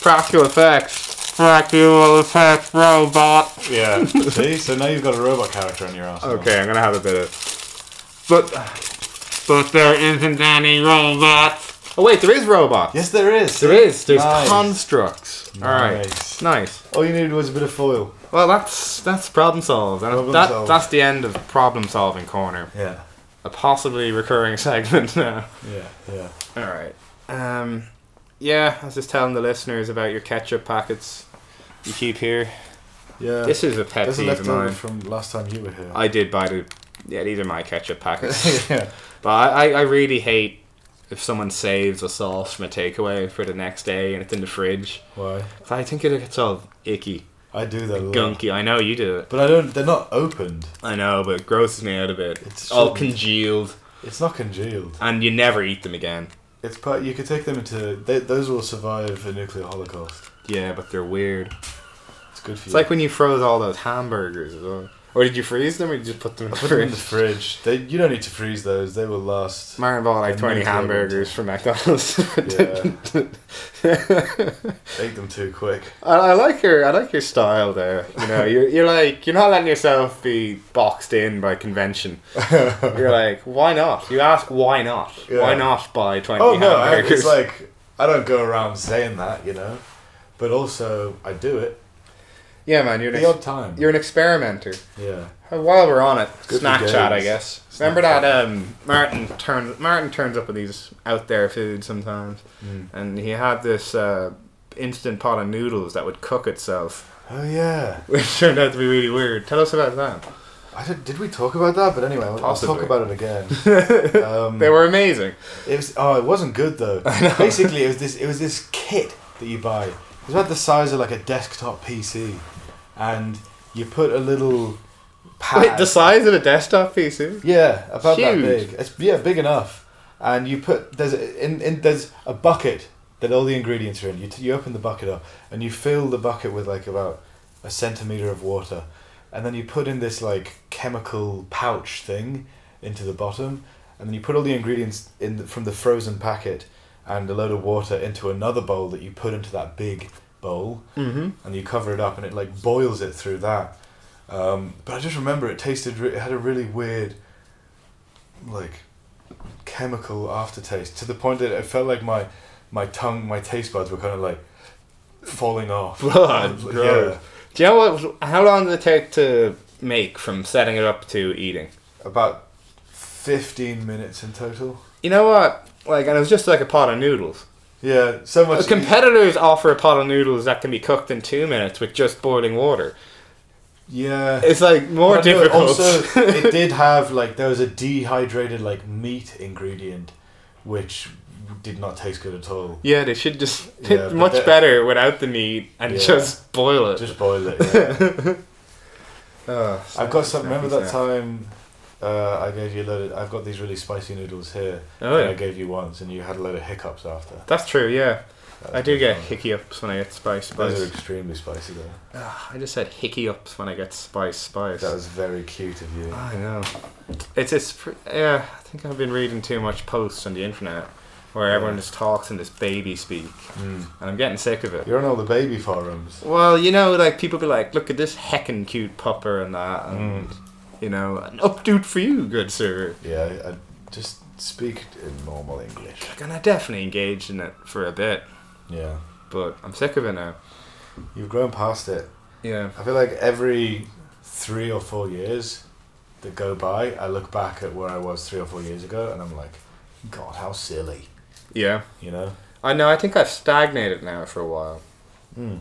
[SPEAKER 2] Practical effects. Practical effects robot.
[SPEAKER 3] Yeah. See, so now you've got a robot character on your ass.
[SPEAKER 2] Okay, I'm gonna have a bit of. But. But there isn't any robots. Oh wait, there is robots.
[SPEAKER 3] Yes, there is.
[SPEAKER 2] There is. There's
[SPEAKER 3] Nice.
[SPEAKER 2] constructs. All right.
[SPEAKER 3] Nice.
[SPEAKER 2] Nice.
[SPEAKER 3] All you needed was a bit of foil.
[SPEAKER 2] Well, that's that's problem solved. And
[SPEAKER 3] Problem
[SPEAKER 2] that
[SPEAKER 3] solved.
[SPEAKER 2] that's the end of problem solving corner.
[SPEAKER 3] Yeah.
[SPEAKER 2] A possibly recurring segment now.
[SPEAKER 3] Yeah. Yeah.
[SPEAKER 2] All right. Um, yeah, I was just telling the listeners about your ketchup packets you keep here.
[SPEAKER 3] Yeah.
[SPEAKER 2] This is a pet
[SPEAKER 3] There's a
[SPEAKER 2] peeve of
[SPEAKER 3] leftover
[SPEAKER 2] mine.
[SPEAKER 3] from last time you were here.
[SPEAKER 2] I did buy the. Yeah, these are my ketchup packets.
[SPEAKER 3] yeah.
[SPEAKER 2] But I, I, I really hate if someone saves a sauce from a takeaway for the next day and it's in the fridge.
[SPEAKER 3] Why?
[SPEAKER 2] 'Cause I think it gets all icky,
[SPEAKER 3] I do that a lot.
[SPEAKER 2] gunky. I know you do it.
[SPEAKER 3] But I don't. They're not opened.
[SPEAKER 2] I know, but it grosses me out a bit.
[SPEAKER 3] It's
[SPEAKER 2] It's all
[SPEAKER 3] shouldn't.
[SPEAKER 2] congealed,
[SPEAKER 3] It's not congealed.
[SPEAKER 2] and you never eat them again.
[SPEAKER 3] It's part. You could take them into. They, those will survive a nuclear holocaust.
[SPEAKER 2] Yeah, but they're weird.
[SPEAKER 3] It's good for
[SPEAKER 2] It's
[SPEAKER 3] you.
[SPEAKER 2] like when you froze all those hamburgers as well. Or did you freeze them, or did you just put them in the
[SPEAKER 3] put them in the
[SPEAKER 2] fridge?
[SPEAKER 3] fridge. They, you don't need to freeze those. They will last.
[SPEAKER 2] Martin bought like
[SPEAKER 3] I
[SPEAKER 2] twenty
[SPEAKER 3] knew they wouldn't.
[SPEAKER 2] hamburgers from McDonald's.
[SPEAKER 3] Yeah. Ate them too quick.
[SPEAKER 2] I, I like your I like your style there. You know, you're you're like you're not letting yourself be boxed in by convention. You're like, why not? You ask why not? Why
[SPEAKER 3] Yeah.
[SPEAKER 2] not buy twenty
[SPEAKER 3] Oh no! I,
[SPEAKER 2] hamburgers?
[SPEAKER 3] it's like I don't go around saying that, you know. But also, I do it.
[SPEAKER 2] yeah, man, you're an
[SPEAKER 3] The
[SPEAKER 2] ex-
[SPEAKER 3] odd time.
[SPEAKER 2] you're an experimenter.
[SPEAKER 3] yeah.
[SPEAKER 2] Uh, While we're on it,
[SPEAKER 3] Good for
[SPEAKER 2] Snapchat, I
[SPEAKER 3] games.
[SPEAKER 2] guess.
[SPEAKER 3] Snack
[SPEAKER 2] Remember that um, Martin turns Martin turns up with these out there food sometimes,
[SPEAKER 3] Mm.
[SPEAKER 2] and he had this uh, instant pot of noodles that would cook itself,
[SPEAKER 3] Oh yeah.
[SPEAKER 2] which turned out to be really weird. Tell us about that.
[SPEAKER 3] I did, did we talk about that? But anyway, I'll, I'll talk
[SPEAKER 2] Possibly.
[SPEAKER 3] about it again. Um,
[SPEAKER 2] They were amazing.
[SPEAKER 3] It was oh, it wasn't good though. Basically, it was this it was this kit that you buy. It was about the size of like a desktop PC, and you put a little pad.
[SPEAKER 2] Wait, the size of a desktop PC.
[SPEAKER 3] yeah, about that
[SPEAKER 2] Huge.
[SPEAKER 3] big. It's yeah, big enough. And you put there's a, in, in there's a bucket that all the ingredients are in. You, t- you open the bucket up and you fill the bucket with like about a centimeter of water, and then you put in this like chemical pouch thing into the bottom, and then you put all the ingredients in the, from the frozen packet and a load of water into another bowl that you put into that big bowl,
[SPEAKER 2] Mm-hmm.
[SPEAKER 3] and you cover it up and it like boils it through that. Um, but I just remember it tasted re- it had a really weird like chemical aftertaste to the point that it felt like my my tongue my taste buds were kind of like falling off. Um,
[SPEAKER 2] Blood, gross. Do you know what? How long did it take to make from setting it up to eating?
[SPEAKER 3] about 15 minutes in total.
[SPEAKER 2] You know what? Like, and it was just like a pot of noodles.
[SPEAKER 3] Yeah, so
[SPEAKER 2] Uh,
[SPEAKER 3] much
[SPEAKER 2] competitors offer a pot of noodles that can be cooked in two minutes with just boiling water.
[SPEAKER 3] Yeah.
[SPEAKER 2] It's like more
[SPEAKER 3] But I know it
[SPEAKER 2] difficult.
[SPEAKER 3] Also, it did have like there was a dehydrated like meat ingredient, which did not taste good at all.
[SPEAKER 2] yeah, they should just
[SPEAKER 3] Yeah, but
[SPEAKER 2] much
[SPEAKER 3] that-
[SPEAKER 2] better without the meat and
[SPEAKER 3] Yeah.
[SPEAKER 2] just boil it.
[SPEAKER 3] Just boil it. Yeah.
[SPEAKER 2] oh,
[SPEAKER 3] I've got some. Remember that time uh, I gave you a load of, I've got these really spicy noodles here
[SPEAKER 2] Oh,
[SPEAKER 3] that I
[SPEAKER 2] yeah.
[SPEAKER 3] gave you once, and you had a load of hiccups after.
[SPEAKER 2] That's true, yeah.
[SPEAKER 3] That was
[SPEAKER 2] I do
[SPEAKER 3] good
[SPEAKER 2] get
[SPEAKER 3] fun.
[SPEAKER 2] hickey ups when I get spice
[SPEAKER 3] Those are
[SPEAKER 2] spice.
[SPEAKER 3] extremely spicy though.
[SPEAKER 2] Ah, I just said hickey ups when I get spice spice.
[SPEAKER 3] That was very cute of you.
[SPEAKER 2] I know. It's it's pr- yeah. I think I've been reading too much posts on the internet where
[SPEAKER 3] Yeah.
[SPEAKER 2] everyone just talks in this baby speak,
[SPEAKER 3] Mm.
[SPEAKER 2] and I'm getting sick of it.
[SPEAKER 3] You're on all the baby forums.
[SPEAKER 2] Well, you know, like people be like, "Look at this heckin' cute pupper and that," and
[SPEAKER 3] Mm.
[SPEAKER 2] you know, an updoot for you, good sir.
[SPEAKER 3] Yeah, I, I just speak in normal English.
[SPEAKER 2] Like, and I definitely engaged in it for a bit,
[SPEAKER 3] Yeah,
[SPEAKER 2] but I'm sick of it now.
[SPEAKER 3] you've grown past it.
[SPEAKER 2] Yeah.
[SPEAKER 3] I feel like every three or four years that go by, I look back at where I was three or four years ago, and I'm like, God, how silly,
[SPEAKER 2] Yeah.
[SPEAKER 3] you know?
[SPEAKER 2] I know. I think I've stagnated now for a while,
[SPEAKER 3] Mm.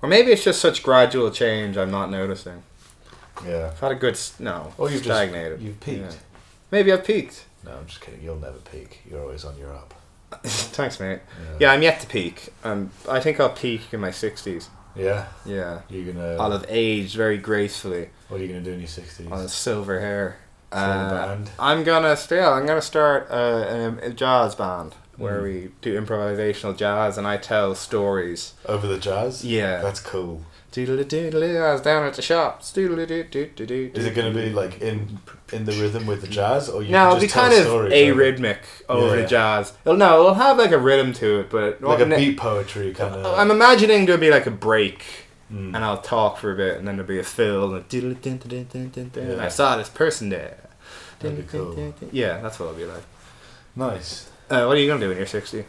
[SPEAKER 2] or maybe it's just such gradual change I'm not noticing.
[SPEAKER 3] Yeah.
[SPEAKER 2] I've had a good s- no.
[SPEAKER 3] Or Oh, you've just-
[SPEAKER 2] stagnated.
[SPEAKER 3] You've peaked.
[SPEAKER 2] Yeah. Maybe I've peaked.
[SPEAKER 3] No, I'm just kidding. You'll never peak. You're always on your up.
[SPEAKER 2] Thanks, mate. Yeah, I'm yet to peak. Um, I think I'll peak in my 60s.
[SPEAKER 3] Yeah.
[SPEAKER 2] Yeah.
[SPEAKER 3] You're gonna.
[SPEAKER 2] I'll have aged very gracefully.
[SPEAKER 3] what are you gonna do in your sixties?
[SPEAKER 2] I'll have silver hair.
[SPEAKER 3] Full
[SPEAKER 2] Uh,
[SPEAKER 3] band.
[SPEAKER 2] I'm gonna still. I'm gonna start uh, a, a, a jazz band where
[SPEAKER 3] Mm.
[SPEAKER 2] we do improvisational jazz and I tell stories.
[SPEAKER 3] Over the jazz.
[SPEAKER 2] Yeah.
[SPEAKER 3] That's cool.
[SPEAKER 2] Doodly doodly. I was down at the shops. Doodly doo doo doo doo.
[SPEAKER 3] Is it gonna be like in in the rhythm with the jazz, or you
[SPEAKER 2] No, it'll
[SPEAKER 3] can
[SPEAKER 2] be
[SPEAKER 3] just tell
[SPEAKER 2] kind of
[SPEAKER 3] stories over it?
[SPEAKER 2] arrhythmic over
[SPEAKER 3] Yeah.
[SPEAKER 2] the jazz. It'll no, it'll have like a rhythm to it, but
[SPEAKER 3] like a
[SPEAKER 2] ne-
[SPEAKER 3] beat poetry kind of?
[SPEAKER 2] I'm imagining there'll be like a break
[SPEAKER 3] Mm.
[SPEAKER 2] and I'll talk for a bit, and then there'll be a fill. And diddle- din- din- din- din- din,
[SPEAKER 3] Yeah.
[SPEAKER 2] I saw this person there.
[SPEAKER 3] That'd be cool.
[SPEAKER 2] Yeah, that's what I'll be like.
[SPEAKER 3] Nice.
[SPEAKER 2] Uh, what are you gonna do when you're sixty?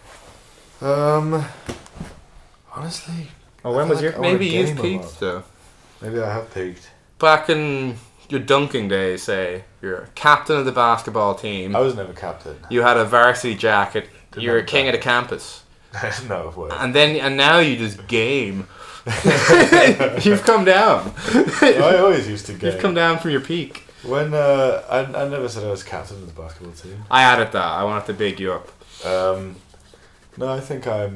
[SPEAKER 3] Um. Honestly,
[SPEAKER 2] Oh,
[SPEAKER 3] I
[SPEAKER 2] when
[SPEAKER 3] feel
[SPEAKER 2] was
[SPEAKER 3] like I
[SPEAKER 2] your
[SPEAKER 3] wanna
[SPEAKER 2] maybe you've
[SPEAKER 3] game a
[SPEAKER 2] peaked
[SPEAKER 3] lot.
[SPEAKER 2] though?
[SPEAKER 3] maybe I have peaked.
[SPEAKER 2] Back in your dunking days, say you're captain of the basketball team.
[SPEAKER 3] I was never captain.
[SPEAKER 2] You had a varsity jacket.
[SPEAKER 3] Didn't
[SPEAKER 2] You're a
[SPEAKER 3] have a
[SPEAKER 2] king of the campus,
[SPEAKER 3] no way.
[SPEAKER 2] and then and now you just game. you've come down. Oh,
[SPEAKER 3] I always used to
[SPEAKER 2] You've
[SPEAKER 3] get.
[SPEAKER 2] come down from your peak.
[SPEAKER 3] When uh, I, I never said I was captain of the basketball team.
[SPEAKER 2] I added that. I wanted to big you up.
[SPEAKER 3] Um, no, I think I'm.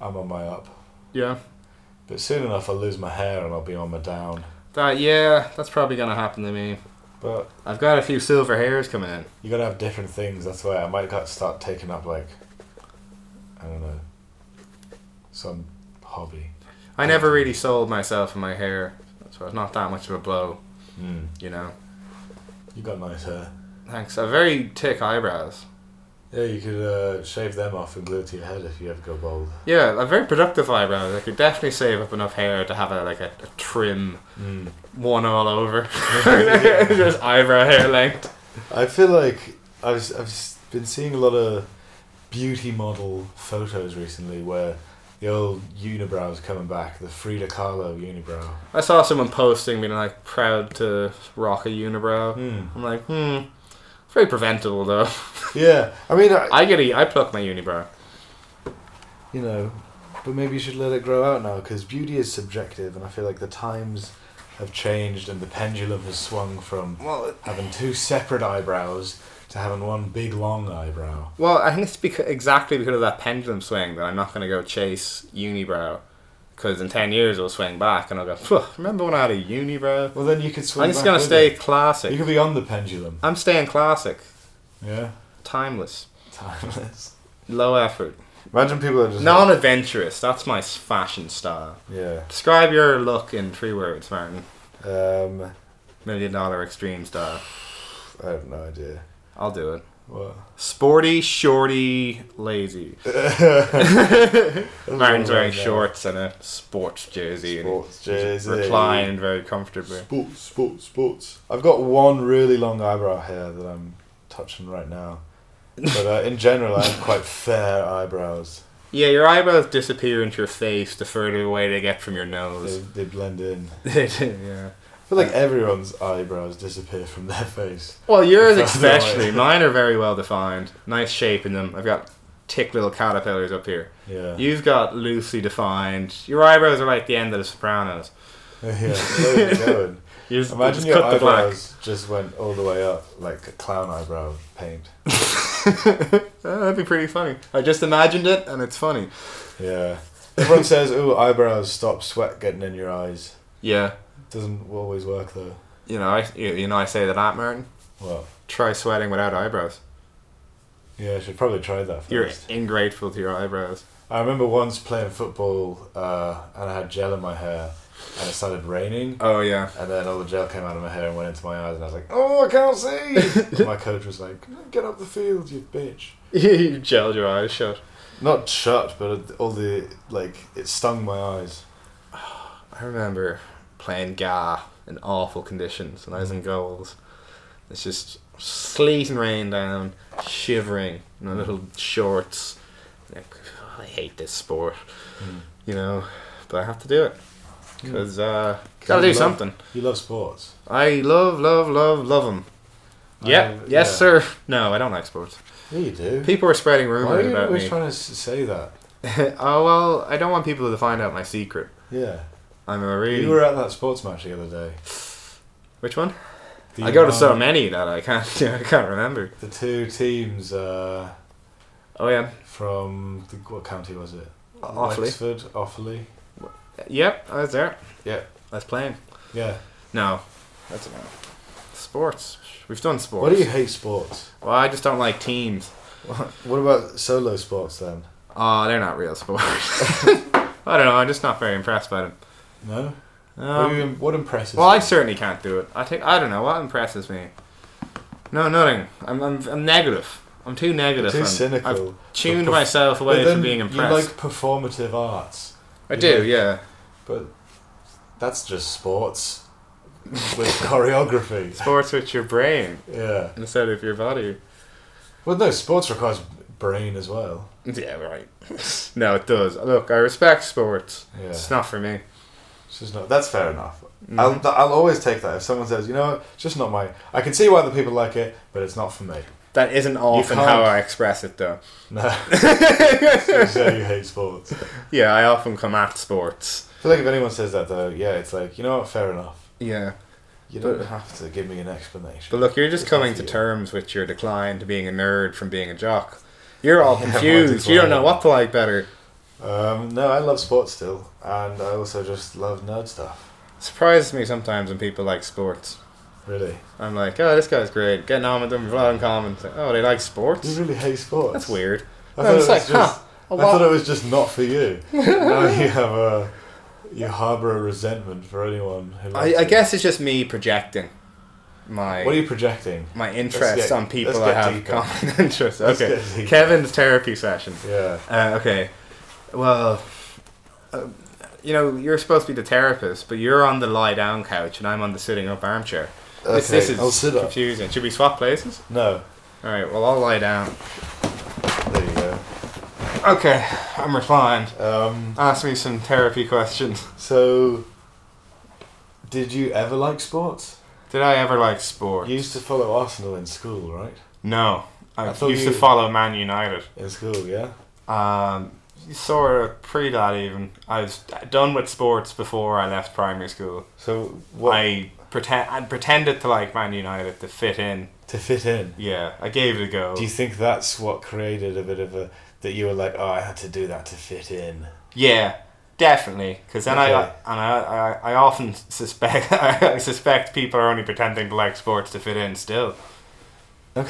[SPEAKER 3] I'm on my up,
[SPEAKER 2] Yeah.
[SPEAKER 3] but soon enough I'll lose my hair and I'll be on my down.
[SPEAKER 2] That yeah, that's probably gonna happen to me.
[SPEAKER 3] But
[SPEAKER 2] I've got a few silver hairs coming in.
[SPEAKER 3] you gotta have different things. That's why I might got start taking up like. I don't know. Some hobby.
[SPEAKER 2] I never really sold myself and my hair, so it's not that much of a blow,
[SPEAKER 3] Mm.
[SPEAKER 2] you know.
[SPEAKER 3] You got nice hair.
[SPEAKER 2] Thanks. A very thick eyebrows.
[SPEAKER 3] Yeah, you could uh, shave them off and glue it to your head if you ever go bald.
[SPEAKER 2] Yeah, a very productive eyebrows. I could definitely save up enough hair to have a like a, a trim
[SPEAKER 3] Mm.
[SPEAKER 2] one all over, just eyebrow hair length.
[SPEAKER 3] I feel like I've s- I've s- been seeing a lot of beauty model photos recently where the old unibrow's coming back, the Frida Kahlo unibrow.
[SPEAKER 2] I saw someone posting being like proud to rock a unibrow.
[SPEAKER 3] Mm.
[SPEAKER 2] I'm like, hmm, it's very preventable though.
[SPEAKER 3] Yeah, I mean, I,
[SPEAKER 2] I get a, I pluck my unibrow.
[SPEAKER 3] you know, but maybe you should let it grow out now because beauty is subjective, and I feel like the times have changed and the pendulum has swung from
[SPEAKER 2] Well,
[SPEAKER 3] having two separate eyebrows to having one big long eyebrow.
[SPEAKER 2] Well, I think it's because, exactly because of that pendulum swing that I'm not going to go chase unibrow. Because in 10 years it'll swing back and I'll go, "Phew, remember when I had a unibrow?
[SPEAKER 3] Well, then you could swing.
[SPEAKER 2] I'm just
[SPEAKER 3] back
[SPEAKER 2] going to
[SPEAKER 3] with
[SPEAKER 2] stay
[SPEAKER 3] it. You
[SPEAKER 2] classic.
[SPEAKER 3] could be on the pendulum.
[SPEAKER 2] I'm staying classic.
[SPEAKER 3] Yeah,
[SPEAKER 2] Timeless.
[SPEAKER 3] timeless.
[SPEAKER 2] Low effort.
[SPEAKER 3] Imagine people are just
[SPEAKER 2] Non adventurous. That's my s- fashion style.
[SPEAKER 3] Yeah.
[SPEAKER 2] Describe your look in three words, Martin.
[SPEAKER 3] Um,
[SPEAKER 2] Million dollar extreme style.
[SPEAKER 3] I have no idea.
[SPEAKER 2] I'll do it.
[SPEAKER 3] What?
[SPEAKER 2] Sporty, shorty, lazy. Martin's wearing shorts and a sports jersey. and
[SPEAKER 3] Sports
[SPEAKER 2] he's
[SPEAKER 3] jersey.
[SPEAKER 2] Reclined very comfortably.
[SPEAKER 3] Sports, sports, sports. I've got one really long eyebrow hair that I'm touching right now. But uh, in general, I have quite fair eyebrows.
[SPEAKER 2] Yeah, your eyebrows disappear into your face the further away they get from your
[SPEAKER 3] They,
[SPEAKER 2] nose.
[SPEAKER 3] they blend in.
[SPEAKER 2] They do, yeah.
[SPEAKER 3] I feel like everyone's eyebrows disappear from their face.
[SPEAKER 2] Well, yours
[SPEAKER 3] Further
[SPEAKER 2] especially.
[SPEAKER 3] away.
[SPEAKER 2] Mine are very well defined. Nice shape in them. I've got tick little caterpillars up here.
[SPEAKER 3] Yeah.
[SPEAKER 2] You've got loosely defined. Your eyebrows are like the end of the Sopranos.
[SPEAKER 3] yeah. Where are you going?
[SPEAKER 2] You just,
[SPEAKER 3] Imagine
[SPEAKER 2] just
[SPEAKER 3] your
[SPEAKER 2] cut the black.
[SPEAKER 3] eyebrows just went all the way up like a clown eyebrow paint.
[SPEAKER 2] Oh, that'd be pretty funny. I just imagined it, and it's funny.
[SPEAKER 3] Yeah. Everyone says, "Ooh, eyebrows stop sweat getting in your eyes."
[SPEAKER 2] Yeah.
[SPEAKER 3] Doesn't always work though.
[SPEAKER 2] You know, I you, you know I say that at Martin.
[SPEAKER 3] Well,
[SPEAKER 2] Try sweating without eyebrows.
[SPEAKER 3] yeah, I should probably try that 1st
[SPEAKER 2] You're ingrateful to your eyebrows.
[SPEAKER 3] I remember once playing football uh, and I had gel in my hair and it started raining
[SPEAKER 2] Oh yeah.
[SPEAKER 3] and then all the gel came out of my hair and went into my eyes and I was like, oh, I can't see. And my coach was like, get up the field, you bitch.
[SPEAKER 2] you gelled your eyes shut.
[SPEAKER 3] Not shut, but it- all the like it stung my eyes.
[SPEAKER 2] I remember playing Ga in awful conditions, and I was in goals. It's just sleet and rain down, shivering, in my little shorts. Like, "Oh, I hate this sport, you know, but I have to do it because uh, gotta
[SPEAKER 3] you
[SPEAKER 2] do
[SPEAKER 3] love-
[SPEAKER 2] something.
[SPEAKER 3] You love sports.
[SPEAKER 2] I love, love, love, love them. Yeah.
[SPEAKER 3] I-
[SPEAKER 2] yes,
[SPEAKER 3] yeah.
[SPEAKER 2] sir. No, I don't like sports.
[SPEAKER 3] Yeah, you do.
[SPEAKER 2] People are spreading
[SPEAKER 3] Why are
[SPEAKER 2] rumors
[SPEAKER 3] you
[SPEAKER 2] about
[SPEAKER 3] always
[SPEAKER 2] me.
[SPEAKER 3] trying to s- say that?
[SPEAKER 2] oh well, I don't want people to find out my secret.
[SPEAKER 3] Yeah.
[SPEAKER 2] I'm a really
[SPEAKER 3] You were at that sports match the other day.
[SPEAKER 2] which one?
[SPEAKER 3] The
[SPEAKER 2] I go to
[SPEAKER 3] one-
[SPEAKER 2] so many that I can't I can't remember.
[SPEAKER 3] The two teams uh,
[SPEAKER 2] Oh yeah,
[SPEAKER 3] from the, what county was it?
[SPEAKER 2] awfully.
[SPEAKER 3] Wexford, Offaly.
[SPEAKER 2] Yep, I was there.
[SPEAKER 3] Yeah.
[SPEAKER 2] I was playing.
[SPEAKER 3] Yeah.
[SPEAKER 2] No, that's a no. Sports. We've done sports.
[SPEAKER 3] What do you hate sports?
[SPEAKER 2] Well, I just don't like teams.
[SPEAKER 3] What about solo sports then?
[SPEAKER 2] Oh, they're not real sports. I don't know. I'm just not very impressed by them.
[SPEAKER 3] No. what, do
[SPEAKER 2] Um,
[SPEAKER 3] you, what impresses?
[SPEAKER 2] well,
[SPEAKER 3] you?
[SPEAKER 2] I certainly can't do it. I think I don't know what impresses me. No, nothing. I'm I'm, I'm negative. I'm too negative.
[SPEAKER 3] too
[SPEAKER 2] I'm-
[SPEAKER 3] cynical.
[SPEAKER 2] I've tuned
[SPEAKER 3] But perf-
[SPEAKER 2] myself away
[SPEAKER 3] then
[SPEAKER 2] from being impressed.
[SPEAKER 3] You like performative arts,
[SPEAKER 2] I
[SPEAKER 3] you
[SPEAKER 2] do,
[SPEAKER 3] like-
[SPEAKER 2] yeah.
[SPEAKER 3] but that's just sports with choreography.
[SPEAKER 2] Sports with your brain
[SPEAKER 3] Yeah.
[SPEAKER 2] instead of your body.
[SPEAKER 3] Well, no, sports requires brain as well.
[SPEAKER 2] Yeah, right. no, it does. Look, I respect sports.
[SPEAKER 3] Yeah.
[SPEAKER 2] It's not for me.
[SPEAKER 3] It's just not. That's fair enough.
[SPEAKER 2] Mm-hmm.
[SPEAKER 3] I'll, th- I'll always take that if someone says, you know, what, it's just not my. I can see why other people like it, but it's not for me.
[SPEAKER 2] That isn't often
[SPEAKER 3] can't-
[SPEAKER 2] how I express it, though.
[SPEAKER 3] No. so you say you hate sports. I
[SPEAKER 2] Yeah, I often come at sports.
[SPEAKER 3] feel like if anyone says that though, yeah, it's like you know what, fair enough.
[SPEAKER 2] Yeah,
[SPEAKER 3] You don't
[SPEAKER 2] But-
[SPEAKER 3] have to give me an explanation.
[SPEAKER 2] but look, you're just
[SPEAKER 3] It's
[SPEAKER 2] coming
[SPEAKER 3] not for
[SPEAKER 2] to
[SPEAKER 3] you.
[SPEAKER 2] terms with your decline to being a nerd from being a jock. You're all
[SPEAKER 3] Yeah, my
[SPEAKER 2] confused. you don't know
[SPEAKER 3] decline.
[SPEAKER 2] what to like better.
[SPEAKER 3] Um, no, I love sports still, and I also just love nerd stuff.
[SPEAKER 2] Surprises me sometimes when people like sports.
[SPEAKER 3] Really,
[SPEAKER 2] I'm like, oh, this guy's great. Getting on with them, we've a lot in common. It's like, oh, they like
[SPEAKER 3] you
[SPEAKER 2] sports.
[SPEAKER 3] really hate sports.
[SPEAKER 2] That's weird.
[SPEAKER 3] I
[SPEAKER 2] No,
[SPEAKER 3] thought,
[SPEAKER 2] it's
[SPEAKER 3] it,
[SPEAKER 2] like,
[SPEAKER 3] was
[SPEAKER 2] huh,
[SPEAKER 3] just,
[SPEAKER 2] a
[SPEAKER 3] I
[SPEAKER 2] lot-
[SPEAKER 3] thought it was just not for you. now you have a you harbour a resentment for anyone who.
[SPEAKER 2] I,
[SPEAKER 3] Likes
[SPEAKER 2] I
[SPEAKER 3] it.
[SPEAKER 2] guess it's just me projecting my
[SPEAKER 3] What are you projecting?
[SPEAKER 2] my interest
[SPEAKER 3] get-
[SPEAKER 2] on people
[SPEAKER 3] let's
[SPEAKER 2] I
[SPEAKER 3] get
[SPEAKER 2] have
[SPEAKER 3] deeper.
[SPEAKER 2] common interest.
[SPEAKER 3] Let's
[SPEAKER 2] Okay,
[SPEAKER 3] get deeper.
[SPEAKER 2] Kevin's therapy session.
[SPEAKER 3] Yeah.
[SPEAKER 2] Uh, okay, well, uh, you know you're supposed to be the therapist, but you're on the lie down couch and I'm on the sitting up armchair. This, this
[SPEAKER 3] Okay,
[SPEAKER 2] is
[SPEAKER 3] I'll sit up.
[SPEAKER 2] confusing. Should we swap places?
[SPEAKER 3] No.
[SPEAKER 2] All right. Well, I'll lie down.
[SPEAKER 3] There you go.
[SPEAKER 2] Okay, I'm reclined.
[SPEAKER 3] Um,
[SPEAKER 2] Ask me some therapy questions.
[SPEAKER 3] so, did you ever like sports?
[SPEAKER 2] Did I ever like sport?
[SPEAKER 3] You used to follow Arsenal in school, right?
[SPEAKER 2] no, I,
[SPEAKER 3] I thought
[SPEAKER 2] used
[SPEAKER 3] you-
[SPEAKER 2] to follow Man United.
[SPEAKER 3] In school, yeah.
[SPEAKER 2] Um, sort of pre that even. I was done with sports before I left primary school.
[SPEAKER 3] So what
[SPEAKER 2] I pretend I pretended to like Man United to fit in.
[SPEAKER 3] to fit in?
[SPEAKER 2] Yeah, I gave it a go.
[SPEAKER 3] Do you think that's what created a bit of a that you were like, oh, I had to do that to fit in?
[SPEAKER 2] yeah, definitely. Because then I
[SPEAKER 3] Okay.
[SPEAKER 2] and I, I I often suspect I suspect people are only pretending to like sports to fit in still. 'Cause-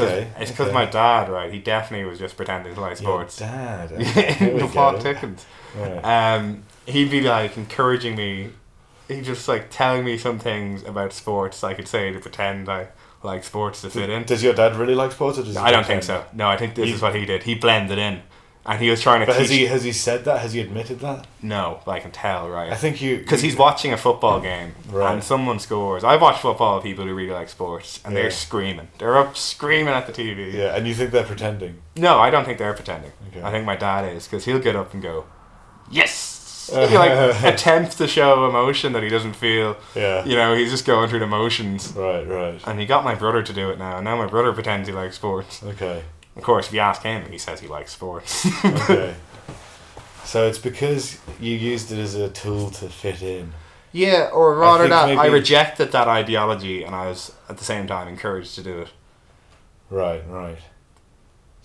[SPEAKER 3] Okay,
[SPEAKER 2] It's because
[SPEAKER 3] okay.
[SPEAKER 2] my dad, right? He definitely was just pretending to like
[SPEAKER 3] Your
[SPEAKER 2] sports.
[SPEAKER 3] dad. okay, here we
[SPEAKER 2] the plot
[SPEAKER 3] go.
[SPEAKER 2] thickens.
[SPEAKER 3] Right.
[SPEAKER 2] um, he'd be like encouraging me. He just like telling me some things about sports I could say to pretend I like sports to fit in.
[SPEAKER 3] Does your dad really like sports? Or does he
[SPEAKER 2] I don't
[SPEAKER 3] pretend?
[SPEAKER 2] think so. No, I think this
[SPEAKER 3] You-
[SPEAKER 2] is what he did. He blended in, and he was trying to
[SPEAKER 3] But has
[SPEAKER 2] teach.
[SPEAKER 3] he has he said that? Has he admitted that?
[SPEAKER 2] No, but I can tell,
[SPEAKER 3] I
[SPEAKER 2] right?
[SPEAKER 3] think you
[SPEAKER 2] Because he's watching a football game
[SPEAKER 3] Right.
[SPEAKER 2] and someone scores. I've watched football with people who really like sports and
[SPEAKER 3] Yeah.
[SPEAKER 2] they're screaming. They're up screaming at the TV.
[SPEAKER 3] yeah, and you think they're pretending.
[SPEAKER 2] No, I don't think they're pretending.
[SPEAKER 3] Okay.
[SPEAKER 2] I think my dad is because he'll get up and go, "Yes!" He like attempts to show emotion that he doesn't feel.
[SPEAKER 3] Yeah.
[SPEAKER 2] You know, he's just going through the motions.
[SPEAKER 3] Right. Right.
[SPEAKER 2] And he got my brother to do it now. And now my brother pretends he likes sports.
[SPEAKER 3] Okay.
[SPEAKER 2] Of course, if you ask him, he says he likes sports.
[SPEAKER 3] Okay. so it's because you used it as a tool to fit in.
[SPEAKER 2] yeah, or rather
[SPEAKER 3] think
[SPEAKER 2] that I
[SPEAKER 3] maybe-
[SPEAKER 2] rejected that ideology, and I was at the same time encouraged to do it.
[SPEAKER 3] Right. Right.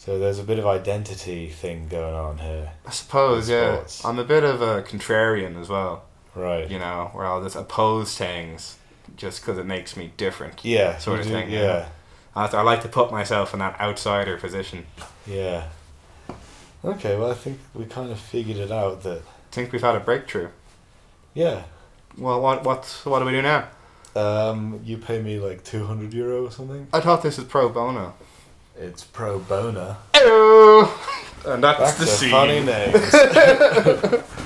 [SPEAKER 3] So there's a bit of identity thing going on here.
[SPEAKER 2] I suppose, yeah.
[SPEAKER 3] Sports.
[SPEAKER 2] I'm a bit of a contrarian as well.
[SPEAKER 3] Right.
[SPEAKER 2] You know, where I'll just oppose things just because it makes me different.
[SPEAKER 3] Yeah.
[SPEAKER 2] Sort of
[SPEAKER 3] you do-
[SPEAKER 2] thing, yeah.
[SPEAKER 3] Yeah.
[SPEAKER 2] I, I like to put myself in that outsider position.
[SPEAKER 3] Yeah. Okay, well, I think we kind of figured it out that,
[SPEAKER 2] I think we've had a breakthrough.
[SPEAKER 3] yeah,
[SPEAKER 2] Well, what what's what do we do now?
[SPEAKER 3] um, you pay me like 200 euro or something.
[SPEAKER 2] I thought this was pro bono.
[SPEAKER 3] It's pro bono.
[SPEAKER 2] Oh, and that's
[SPEAKER 3] Back
[SPEAKER 2] the
[SPEAKER 3] to funny
[SPEAKER 2] scene.
[SPEAKER 3] names.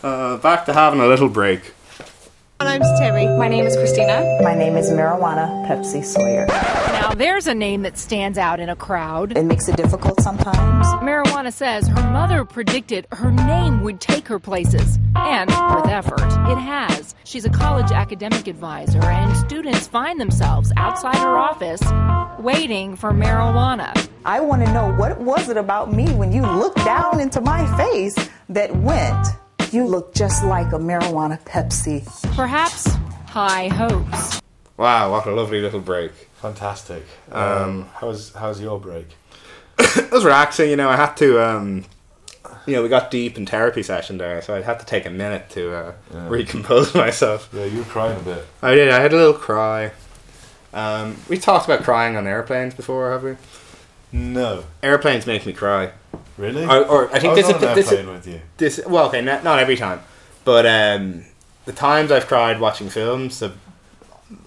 [SPEAKER 2] Uh, back to having a little break.
[SPEAKER 1] My name's Terry.
[SPEAKER 4] My name is Christina.
[SPEAKER 5] My name is Marijuana Pepsi Sawyer.
[SPEAKER 1] Now, there's a name that stands out in a crowd.
[SPEAKER 5] It makes it difficult sometimes.
[SPEAKER 1] Marijuana says her mother predicted her name would take her places, and with effort, it has. She's a college academic advisor, and students find themselves outside her office waiting for marijuana.
[SPEAKER 5] I want to know what was it about me when you looked down into my face that went, you look just like a marijuana Pepsi.
[SPEAKER 1] Perhaps high hopes.
[SPEAKER 2] Wow, what a lovely little break.
[SPEAKER 3] Fantastic. Um, how's how's your break?
[SPEAKER 2] It was relaxing, you know. I had to, um, you know, we got deep in therapy session there, so I had to take a minute to uh, recompose myself.
[SPEAKER 3] Yeah, you were crying a bit.
[SPEAKER 2] I did. I had a little cry. Um, we talked about crying on airplanes before, have we?
[SPEAKER 3] No,
[SPEAKER 2] Airplanes make me cry.
[SPEAKER 3] really.
[SPEAKER 2] Or, or I
[SPEAKER 3] I
[SPEAKER 2] think
[SPEAKER 3] was
[SPEAKER 2] this
[SPEAKER 3] on
[SPEAKER 2] is
[SPEAKER 3] an
[SPEAKER 2] this
[SPEAKER 3] airplane
[SPEAKER 2] is
[SPEAKER 3] with you.
[SPEAKER 2] this. Well, okay, not, not every time, but um, the times I've cried watching films have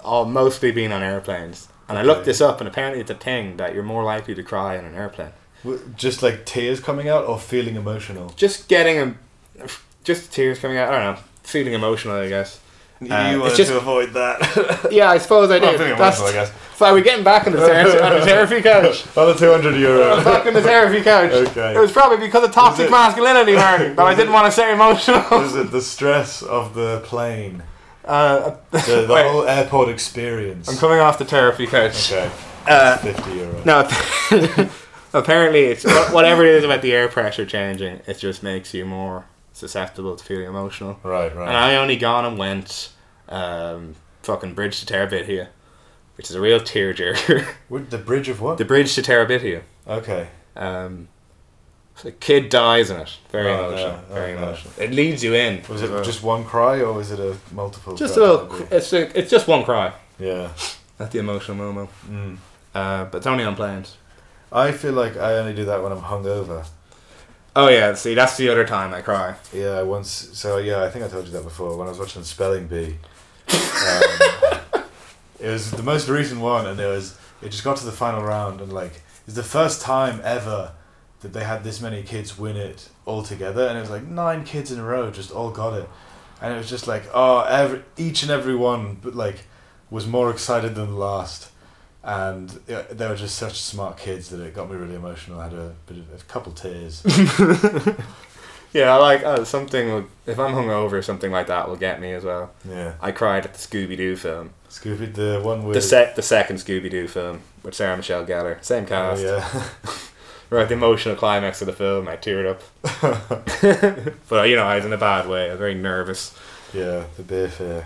[SPEAKER 2] all mostly been on airplanes. And I looked
[SPEAKER 3] Okay.
[SPEAKER 2] this up, and apparently it's a thing that you're more likely to cry on an airplane.
[SPEAKER 3] W- Just like tears coming out or feeling emotional.
[SPEAKER 2] Just getting a, just tears coming out. I don't know, feeling emotional. I guess. Uh, it's
[SPEAKER 3] wanted
[SPEAKER 2] just-
[SPEAKER 3] avoid that.
[SPEAKER 2] Yeah, I suppose I
[SPEAKER 3] Well,
[SPEAKER 2] did.
[SPEAKER 3] feeling
[SPEAKER 2] That's-
[SPEAKER 3] emotional, I guess.
[SPEAKER 2] So we're getting back on the therapy, on the therapy couch.
[SPEAKER 3] Another two hundred
[SPEAKER 2] I'm
[SPEAKER 3] euro.
[SPEAKER 2] back on the therapy couch.
[SPEAKER 3] Okay.
[SPEAKER 2] It was probably because of toxic
[SPEAKER 3] it-
[SPEAKER 2] masculinity, Martin, that I didn't want to say emotional.
[SPEAKER 3] Is it the stress of the plane?
[SPEAKER 2] Uh,
[SPEAKER 3] The, the
[SPEAKER 2] Wait.
[SPEAKER 3] whole airport experience.
[SPEAKER 2] I'm coming off the therapy couch.
[SPEAKER 3] okay. Fifty euro.
[SPEAKER 2] No, apparently it's wha- whatever it is about the air pressure changing. It just makes you more susceptible to feeling emotional.
[SPEAKER 3] Right, right.
[SPEAKER 2] And I only gone and went um, fucking bridge to Terabithia, which is a real tearjerker.
[SPEAKER 3] With the bridge of what?
[SPEAKER 2] the bridge to Terabithia.
[SPEAKER 3] okay.
[SPEAKER 2] Um, so the kid dies in it. Very
[SPEAKER 3] Oh,
[SPEAKER 2] emotional.
[SPEAKER 3] no. Oh,
[SPEAKER 2] very
[SPEAKER 3] no.
[SPEAKER 2] emotional. It leads you in.
[SPEAKER 3] Was it just one cry or was it a multiple?
[SPEAKER 2] Uh, just a
[SPEAKER 3] cry?
[SPEAKER 2] little? cr- uh, It's a, it's just one cry.
[SPEAKER 3] Yeah.
[SPEAKER 2] Not the emotional moment.
[SPEAKER 3] Mm.
[SPEAKER 2] Uh, but it's only on planes.
[SPEAKER 3] I feel like I only do that when I'm hungover.
[SPEAKER 2] Oh yeah. See, that's the other time I cry.
[SPEAKER 3] Yeah, I once. So yeah, I think I told you that before when I was watching Spelling Bee. Um, it was the most recent one, and it was it just got to the final round, and like it's the first time ever that they had this many kids win it all together, and it was like nine kids in a row just all got it, and it was just like oh, every each and every one, but like was more excited than the last. And uh, they were just such smart kids that it got me really emotional. I had a bit of a couple tears.
[SPEAKER 2] Yeah, I like uh, something. will- If I'm hungover, something like that will get me as well.
[SPEAKER 3] yeah,
[SPEAKER 2] I cried at the Scooby Doo film,
[SPEAKER 3] Scooby, the one with
[SPEAKER 2] the sec, the second Scooby Doo film with Sarah Michelle Gellar, same
[SPEAKER 3] Oh,
[SPEAKER 2] cast.
[SPEAKER 3] yeah.
[SPEAKER 2] Right, the emotional climax of the film, I teared up. but uh, you know, I was in a bad way. I was very nervous.
[SPEAKER 3] yeah, the beer fair.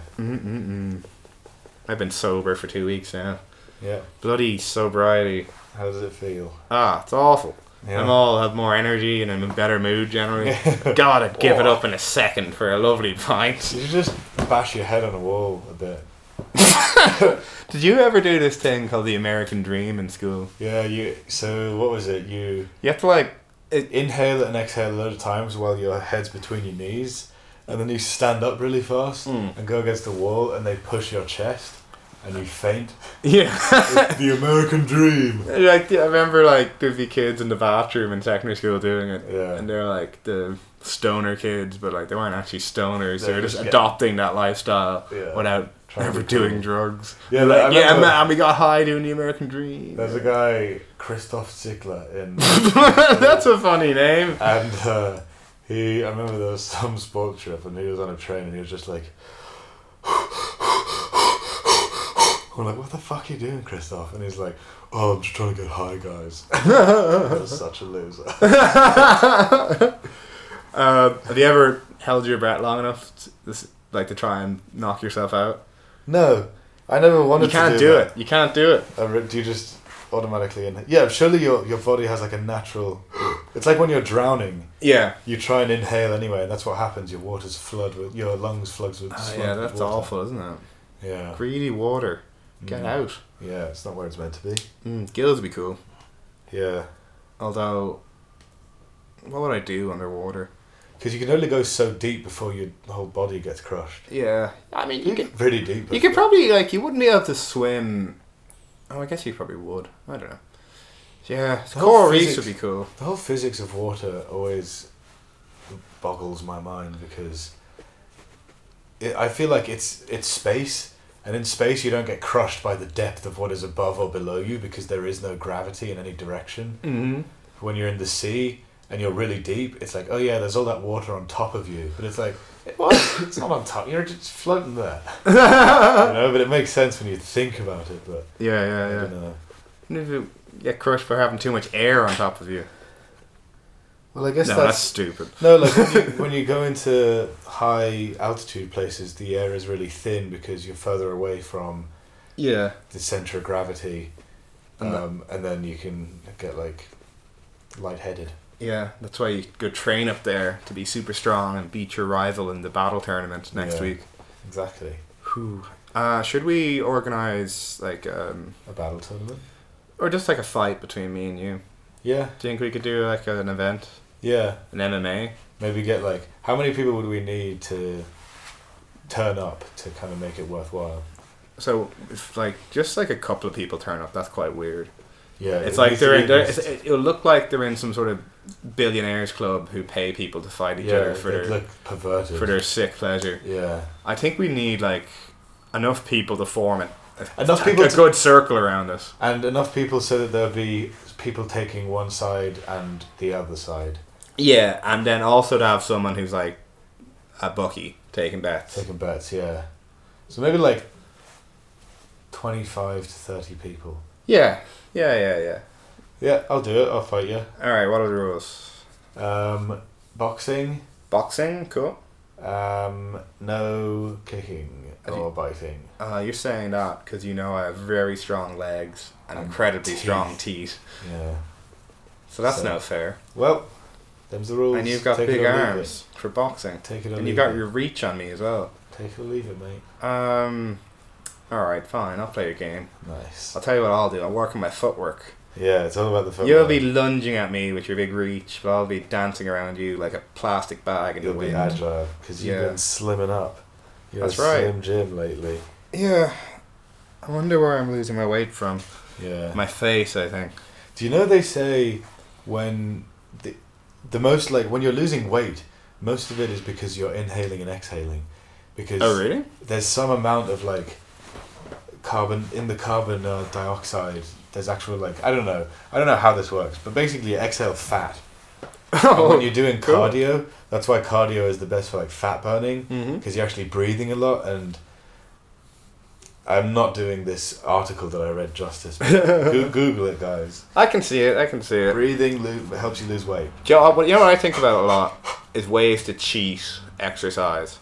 [SPEAKER 2] I've been sober for two weeks now.
[SPEAKER 3] Yeah.
[SPEAKER 2] Bloody sobriety.
[SPEAKER 3] How does it feel?
[SPEAKER 2] Ah, it's awful.
[SPEAKER 3] Yeah.
[SPEAKER 2] I'm all have more energy and I'm in a better mood generally. God, I'd give it up in a second for a lovely pint.
[SPEAKER 3] Did you just bash your head on a wall a bit?
[SPEAKER 2] Did you ever do this thing called the American Dream in school?
[SPEAKER 3] Yeah, you. So, what was it? You
[SPEAKER 2] You have to like
[SPEAKER 3] inhale and exhale a load of times while your head's between your knees, and then you stand up really fast and go against the wall, and they push your chest, and you faint.
[SPEAKER 2] Yeah,
[SPEAKER 3] the American dream!
[SPEAKER 2] like I remember, like there'd be kids in the bathroom in secondary school doing it,
[SPEAKER 3] Yeah.
[SPEAKER 2] and they're like the stoner kids, but like they weren't actually stoners. They
[SPEAKER 3] They're
[SPEAKER 2] were just
[SPEAKER 3] just getting-
[SPEAKER 2] adopting that lifestyle
[SPEAKER 3] Yeah.
[SPEAKER 2] without
[SPEAKER 3] Trying to
[SPEAKER 2] ever
[SPEAKER 3] be cool.
[SPEAKER 2] doing drugs.
[SPEAKER 3] Yeah,
[SPEAKER 2] Like,
[SPEAKER 3] like, I
[SPEAKER 2] yeah,
[SPEAKER 3] remember-
[SPEAKER 2] man, and we got high doing the American Dream.
[SPEAKER 3] There's a guy, Christoph Zickler, in.
[SPEAKER 2] That's a funny name.
[SPEAKER 3] And uh, he, I remember there was some sport trip, and he was on a train, and he was just like, "I'm like, what the fuck are you doing, Christoph?" And he's like, "Oh, I'm just trying to get high, guys." I was such a loser.
[SPEAKER 2] Uh, have you ever held your breath long enough, to, this, like to try and knock yourself out?
[SPEAKER 3] No, I never wanted.
[SPEAKER 2] You can't
[SPEAKER 3] to
[SPEAKER 2] do
[SPEAKER 3] that.
[SPEAKER 2] it. You can't do it.
[SPEAKER 3] I re- do you just automatically inhale? Yeah, surely your your body has like a natural. It's like when you're drowning.
[SPEAKER 2] Yeah.
[SPEAKER 3] You try and inhale anyway, and that's what happens. Your waters flood with your lungs floods with. flood
[SPEAKER 2] Ah, yeah,
[SPEAKER 3] with
[SPEAKER 2] that's
[SPEAKER 3] water.
[SPEAKER 2] awful, isn't it?
[SPEAKER 3] Yeah.
[SPEAKER 2] Greedy water. Get out.
[SPEAKER 3] Yeah, it's not where it's meant to be.
[SPEAKER 2] Mm, gills would be cool.
[SPEAKER 3] Yeah.
[SPEAKER 2] Although, what would I do underwater?
[SPEAKER 3] Because you can only go so deep before your whole body gets crushed.
[SPEAKER 2] Yeah, I mean, you could
[SPEAKER 3] Really deep.
[SPEAKER 2] you could probably like you wouldn't be able to swim. Oh, I guess you probably would. I don't know. Yeah, coral reefs would
[SPEAKER 3] physics-
[SPEAKER 2] be cool.
[SPEAKER 3] The whole physics of water always boggles my mind because it, I feel like it's it's space, and in space you don't get crushed by the depth of what is above or below you because there is no gravity in any direction.
[SPEAKER 2] Mm-hmm.
[SPEAKER 3] When you're in the sea and you're really deep, it's like oh yeah, there's all that water on top of you, but it's like what? it's not on top. You're just floating there. you know, but it makes sense when you think about it. But
[SPEAKER 2] Yeah, yeah,
[SPEAKER 3] I
[SPEAKER 2] yeah.
[SPEAKER 3] don't know.
[SPEAKER 2] Even if you get crushed for having too much air on top of you.
[SPEAKER 3] Well, I guess
[SPEAKER 2] no, that's stupid.
[SPEAKER 3] No, like when you, when you go into high altitude places, the air is really thin because you're further away from
[SPEAKER 2] Yeah,
[SPEAKER 3] the center of gravity,
[SPEAKER 2] And the-
[SPEAKER 3] um, and then you can get like lightheaded.
[SPEAKER 2] yeah. That's why you go train up there to be super strong and beat your rival in the battle tournament next
[SPEAKER 3] Yeah.
[SPEAKER 2] week.
[SPEAKER 3] Exactly,
[SPEAKER 2] Whew. Uh, should we organize like um,
[SPEAKER 3] a battle tournament.
[SPEAKER 2] or just like a fight between me and you?
[SPEAKER 3] Yeah,
[SPEAKER 2] Do you think we could do like an event,
[SPEAKER 3] yeah.
[SPEAKER 2] an MMA?
[SPEAKER 3] Maybe get like how many people would we need to turn up to kind of make it worthwhile?
[SPEAKER 2] So if like just like a couple of people turn up, that's quite weird.
[SPEAKER 3] Yeah,
[SPEAKER 2] It's
[SPEAKER 3] it
[SPEAKER 2] like
[SPEAKER 3] needs to
[SPEAKER 2] they're
[SPEAKER 3] be
[SPEAKER 2] in. They're,
[SPEAKER 3] just-
[SPEAKER 2] it's- it, it'll look like they're in some sort of billionaires club who pay people to fight each
[SPEAKER 3] yeah,
[SPEAKER 2] other for
[SPEAKER 3] for
[SPEAKER 2] their
[SPEAKER 3] look perverted.
[SPEAKER 2] for their sick pleasure.
[SPEAKER 3] yeah,
[SPEAKER 2] I think we need like enough people to form it.
[SPEAKER 3] Enough
[SPEAKER 2] a,
[SPEAKER 3] people
[SPEAKER 2] a
[SPEAKER 3] to-
[SPEAKER 2] good circle around us.
[SPEAKER 3] and enough people so that there'll be people taking one side and the other side.
[SPEAKER 2] Yeah, and then also to have someone who's like a bookie taking bets.
[SPEAKER 3] Taking bets, yeah. So maybe like twenty-five to thirty people.
[SPEAKER 2] Yeah, yeah, yeah, yeah.
[SPEAKER 3] Yeah, I'll do it. I'll fight you.
[SPEAKER 2] All right, what are the rules?
[SPEAKER 3] Um, boxing.
[SPEAKER 2] Boxing, cool.
[SPEAKER 3] Um, no kicking
[SPEAKER 2] Have
[SPEAKER 3] or biting.
[SPEAKER 2] Uh, you're saying that because you know I have very strong legs and incredibly
[SPEAKER 3] teeth.
[SPEAKER 2] strong teeth.
[SPEAKER 3] Yeah.
[SPEAKER 2] So that's
[SPEAKER 3] So-
[SPEAKER 2] no fair.
[SPEAKER 3] Well, them's the rules.
[SPEAKER 2] And you've got
[SPEAKER 3] Take it
[SPEAKER 2] big
[SPEAKER 3] or leave
[SPEAKER 2] arms for boxing.
[SPEAKER 3] It. Take it or
[SPEAKER 2] And
[SPEAKER 3] leave
[SPEAKER 2] you've got
[SPEAKER 3] it.
[SPEAKER 2] your reach on me as well.
[SPEAKER 3] Take it or leave it, mate.
[SPEAKER 2] Um, alright, fine. I'll play your game.
[SPEAKER 3] Nice.
[SPEAKER 2] I'll tell you what I'll do. I'll work on my footwork.
[SPEAKER 3] Yeah, it's all about the football.
[SPEAKER 2] You'll be lunging at me with your big reach, but I'll be dancing around you like a plastic bag in
[SPEAKER 3] you'll
[SPEAKER 2] the
[SPEAKER 3] be
[SPEAKER 2] wind.
[SPEAKER 3] agile because you've
[SPEAKER 2] Yeah.
[SPEAKER 3] been slimming up. You're
[SPEAKER 2] That's
[SPEAKER 3] a
[SPEAKER 2] right.
[SPEAKER 3] Slim Jim lately.
[SPEAKER 2] Yeah. I wonder where I'm losing my weight from.
[SPEAKER 3] Yeah.
[SPEAKER 2] My face, I think.
[SPEAKER 3] Do you know they say when the, the most like when you're losing weight, most of it is because you're inhaling and exhaling, because
[SPEAKER 2] Oh, really?
[SPEAKER 3] there's some amount of like carbon in the carbon uh, dioxide. There's actual like I don't know I don't know how this works, but basically you exhale fat. And when you're doing
[SPEAKER 2] cool.
[SPEAKER 3] cardio, that's why cardio is the best for like fat burning
[SPEAKER 2] Mhm.
[SPEAKER 3] because you're actually breathing a lot and. I'm not doing this article that I read justice. but Goo- Google it, guys.
[SPEAKER 2] I can see it. I can see it.
[SPEAKER 3] Breathing lo- helps you lose weight.
[SPEAKER 2] Do you know, what- you know what I think about a lot is ways to cheat exercise.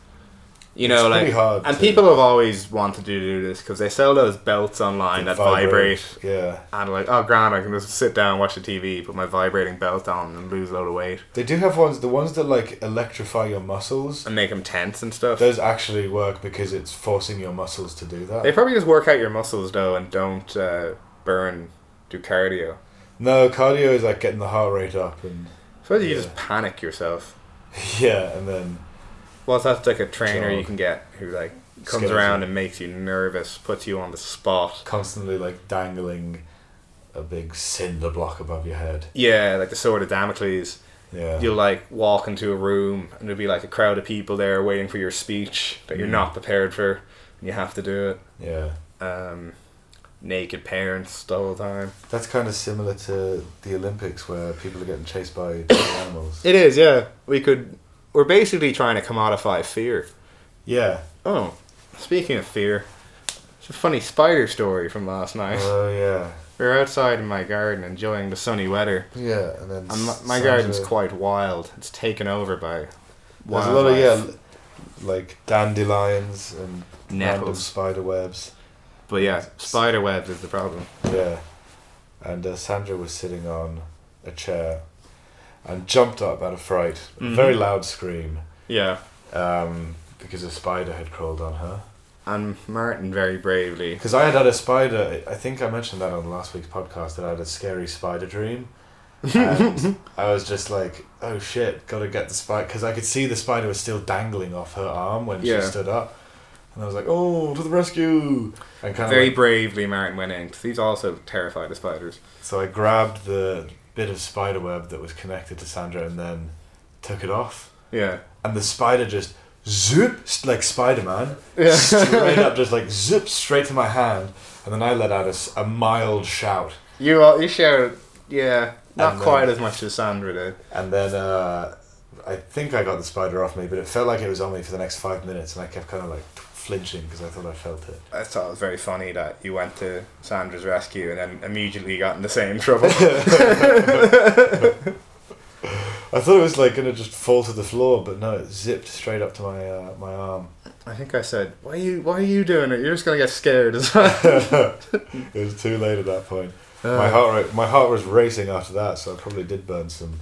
[SPEAKER 2] You know,
[SPEAKER 3] It's
[SPEAKER 2] like,
[SPEAKER 3] pretty hard
[SPEAKER 2] and
[SPEAKER 3] to-
[SPEAKER 2] people have always wanted to do this because they sell those belts online that vibrate.
[SPEAKER 3] Yeah.
[SPEAKER 2] And like, oh, grand, I can just sit down, watch the TV, put my vibrating belt on, and lose a load of weight,
[SPEAKER 3] They do have ones, the ones that like electrify your muscles.
[SPEAKER 2] and make them tense and stuff.
[SPEAKER 3] Those actually work because it's forcing your muscles to do
[SPEAKER 2] They
[SPEAKER 3] that.
[SPEAKER 2] probably just work out your muscles though, and don't uh, burn, do cardio.
[SPEAKER 3] No, cardio is like getting the heart rate up and
[SPEAKER 2] So you
[SPEAKER 3] Yeah.
[SPEAKER 2] just panic yourself.
[SPEAKER 3] yeah, and then
[SPEAKER 2] Well, that's like a trainer you
[SPEAKER 3] Jog.
[SPEAKER 2] can get who like comes
[SPEAKER 3] Scares
[SPEAKER 2] around
[SPEAKER 3] you.
[SPEAKER 2] and makes you nervous, puts you on the spot.
[SPEAKER 3] constantly like dangling a big cinder block above your head.
[SPEAKER 2] Yeah, like the sword of Damocles.
[SPEAKER 3] Yeah.
[SPEAKER 2] You'll like walk into a room and there'll be like a crowd of people there waiting for your speech that you're not prepared for, and you have to do
[SPEAKER 3] yeah.
[SPEAKER 2] it. Um, naked parents the whole time.
[SPEAKER 3] That's kind of similar to the Olympics where people are getting chased by big animals.
[SPEAKER 2] It is, yeah. We could. We're basically trying to commodify fear.
[SPEAKER 3] Yeah.
[SPEAKER 2] Oh, speaking of fear, it's a funny spider story from last night.
[SPEAKER 3] Oh yeah.
[SPEAKER 2] we were outside in my garden enjoying the sunny weather.
[SPEAKER 3] Yeah, and then
[SPEAKER 2] And my,
[SPEAKER 3] s-
[SPEAKER 2] my garden's
[SPEAKER 3] Sandra-
[SPEAKER 2] quite wild. It's taken over by
[SPEAKER 3] There's
[SPEAKER 2] wild.
[SPEAKER 3] a lot of yeah, l- like dandelions and random
[SPEAKER 2] Nettles.
[SPEAKER 3] spider webs.
[SPEAKER 2] But yeah, spider webs is the problem.
[SPEAKER 3] Yeah, and uh, Sandra was sitting on a chair and jumped up out of fright, a very loud scream
[SPEAKER 2] Yeah.
[SPEAKER 3] um, because a spider had crawled on her.
[SPEAKER 2] and Martin very bravely.
[SPEAKER 3] Because I had had a spider. I think I mentioned that on last week's podcast that I had a scary spider dream. And I was just like, oh shit, gotta get the spider. Because I could see the spider was still dangling off her arm when
[SPEAKER 2] Yeah.
[SPEAKER 3] she stood up. And I was like, oh, to the rescue! And kind
[SPEAKER 2] Very
[SPEAKER 3] of.
[SPEAKER 2] bravely, Martin went in because he's also terrified of spiders.
[SPEAKER 3] so I grabbed the bit of spider web that was connected to Sandra and then took it off.
[SPEAKER 2] Yeah.
[SPEAKER 3] and the spider just zoop s- like Spider Man
[SPEAKER 2] Yeah.
[SPEAKER 3] straight up, just like zip straight to my hand, and then I let out a, s- a mild shout,
[SPEAKER 2] You all, you share, yeah, not
[SPEAKER 3] And then-
[SPEAKER 2] quite as much as Sandra did.
[SPEAKER 3] and then uh, I think I got the spider off me, but it felt like it was on me for the next five minutes, and I kept kind of like flinching because I thought I felt it.
[SPEAKER 2] I thought it was very funny that you went to Sandra's rescue and then immediately got in the same trouble.
[SPEAKER 3] I thought it was like gonna just fall to the floor, but no, it zipped straight up to my uh, my arm.
[SPEAKER 2] I think I said, "Why are you? Why are you doing it? You're just gonna get scared." as well."
[SPEAKER 3] It was too late at that point. my heart rate, my heart was racing after that, so I probably did burn some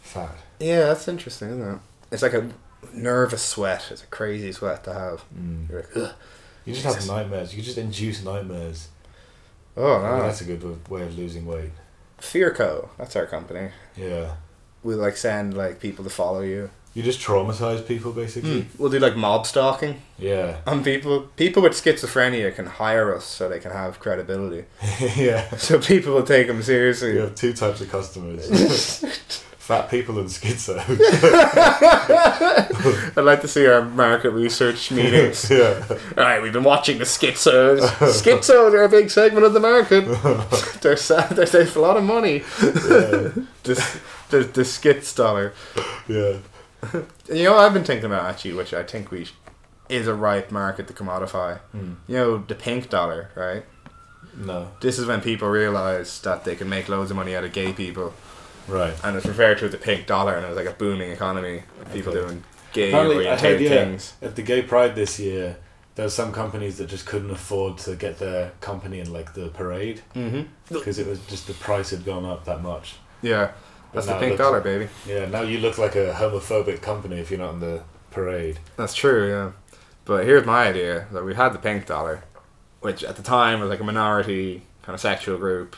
[SPEAKER 3] fat.
[SPEAKER 2] yeah, that's interesting, isn't it? It's like a nervous sweat. It's a crazy sweat to have.
[SPEAKER 3] Mm.
[SPEAKER 2] You're like, "Ugh."
[SPEAKER 3] You just
[SPEAKER 2] Jesus.
[SPEAKER 3] have nightmares. You could just induce nightmares.
[SPEAKER 2] oh,
[SPEAKER 3] I mean,
[SPEAKER 2] no.
[SPEAKER 3] that's a good w- way of losing weight.
[SPEAKER 2] Fearco. That's our company.
[SPEAKER 3] Yeah.
[SPEAKER 2] We like send like people to follow you.
[SPEAKER 3] You just traumatize people, basically.
[SPEAKER 2] We'll do like mob stalking
[SPEAKER 3] Yeah.
[SPEAKER 2] on people. People with schizophrenia can hire us so they can have credibility.
[SPEAKER 3] yeah.
[SPEAKER 2] So people will take them seriously.
[SPEAKER 3] You have two types of customers fat people and schizo.
[SPEAKER 2] I'd like to see our market research meetings.
[SPEAKER 3] yeah.
[SPEAKER 2] All right, we've been watching the schizos. schizos are a big segment of the market. they're sad. They save a lot of money.
[SPEAKER 3] Yeah.
[SPEAKER 2] This, the the skits dollar.
[SPEAKER 3] Yeah.
[SPEAKER 2] You know, what I've been thinking about actually, which I think we sh- is a ripe market to commodify.
[SPEAKER 3] Hmm.
[SPEAKER 2] You know, the pink dollar, right?
[SPEAKER 3] No.
[SPEAKER 2] This is when people realize that they can make loads of money out of gay people,
[SPEAKER 3] Right.
[SPEAKER 2] and it's referred to as the pink dollar, and it was like a booming economy, of people
[SPEAKER 3] Okay.
[SPEAKER 2] doing gay
[SPEAKER 3] Apparently, I heard,
[SPEAKER 2] oriented
[SPEAKER 3] yeah,
[SPEAKER 2] things.
[SPEAKER 3] at the Gay Pride this year, there were some companies that just couldn't afford to get their company in, like, the parade. Because it was just the price had gone up that much.
[SPEAKER 2] Yeah, that's the
[SPEAKER 3] now
[SPEAKER 2] pink
[SPEAKER 3] that's-
[SPEAKER 2] dollar, baby.
[SPEAKER 3] Yeah, now you look like a homophobic company if you're not in the parade.
[SPEAKER 2] That's true, yeah. But here's my idea that we had the pink dollar, which at the time was like a minority kind of sexual group.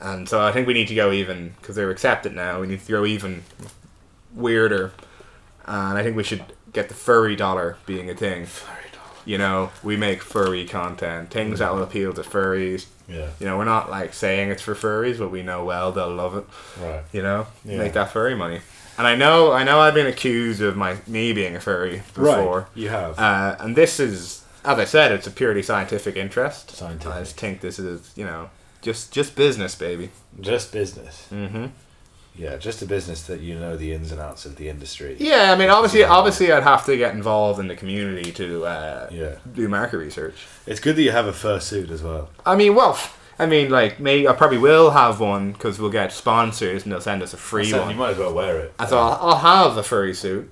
[SPEAKER 2] And so I think we need to go even, because they're accepted now, we need to go even weirder. And I think we should get the furry dollar being a thing. You know, we make furry content, things that will appeal to furries.
[SPEAKER 3] Yeah.
[SPEAKER 2] You know, we're not like saying it's for furries, but we know well they'll love it
[SPEAKER 3] Right.
[SPEAKER 2] you know,
[SPEAKER 3] Yeah.
[SPEAKER 2] make that furry money. And I know, I know, I've been accused of my me being a furry before,
[SPEAKER 3] You have.
[SPEAKER 2] uh, and this is, as I said, it's a purely scientific interest.
[SPEAKER 3] Scientific.
[SPEAKER 2] I just think this is, you know, just just business, baby.
[SPEAKER 3] Just business. Mm-hmm. Yeah, just a business that you know the ins and outs of the industry.
[SPEAKER 2] Yeah, I mean, obviously, obviously, I'd have to get involved in the community to uh,
[SPEAKER 3] Yeah.
[SPEAKER 2] do market research.
[SPEAKER 3] It's good that you have a fursuit as well.
[SPEAKER 2] I mean, well. f- I mean, like, may I probably will have one because we'll get sponsors and they'll send us a free
[SPEAKER 3] So you
[SPEAKER 2] one.
[SPEAKER 3] might as well wear it.
[SPEAKER 2] And so I'll, I'll have a furry suit.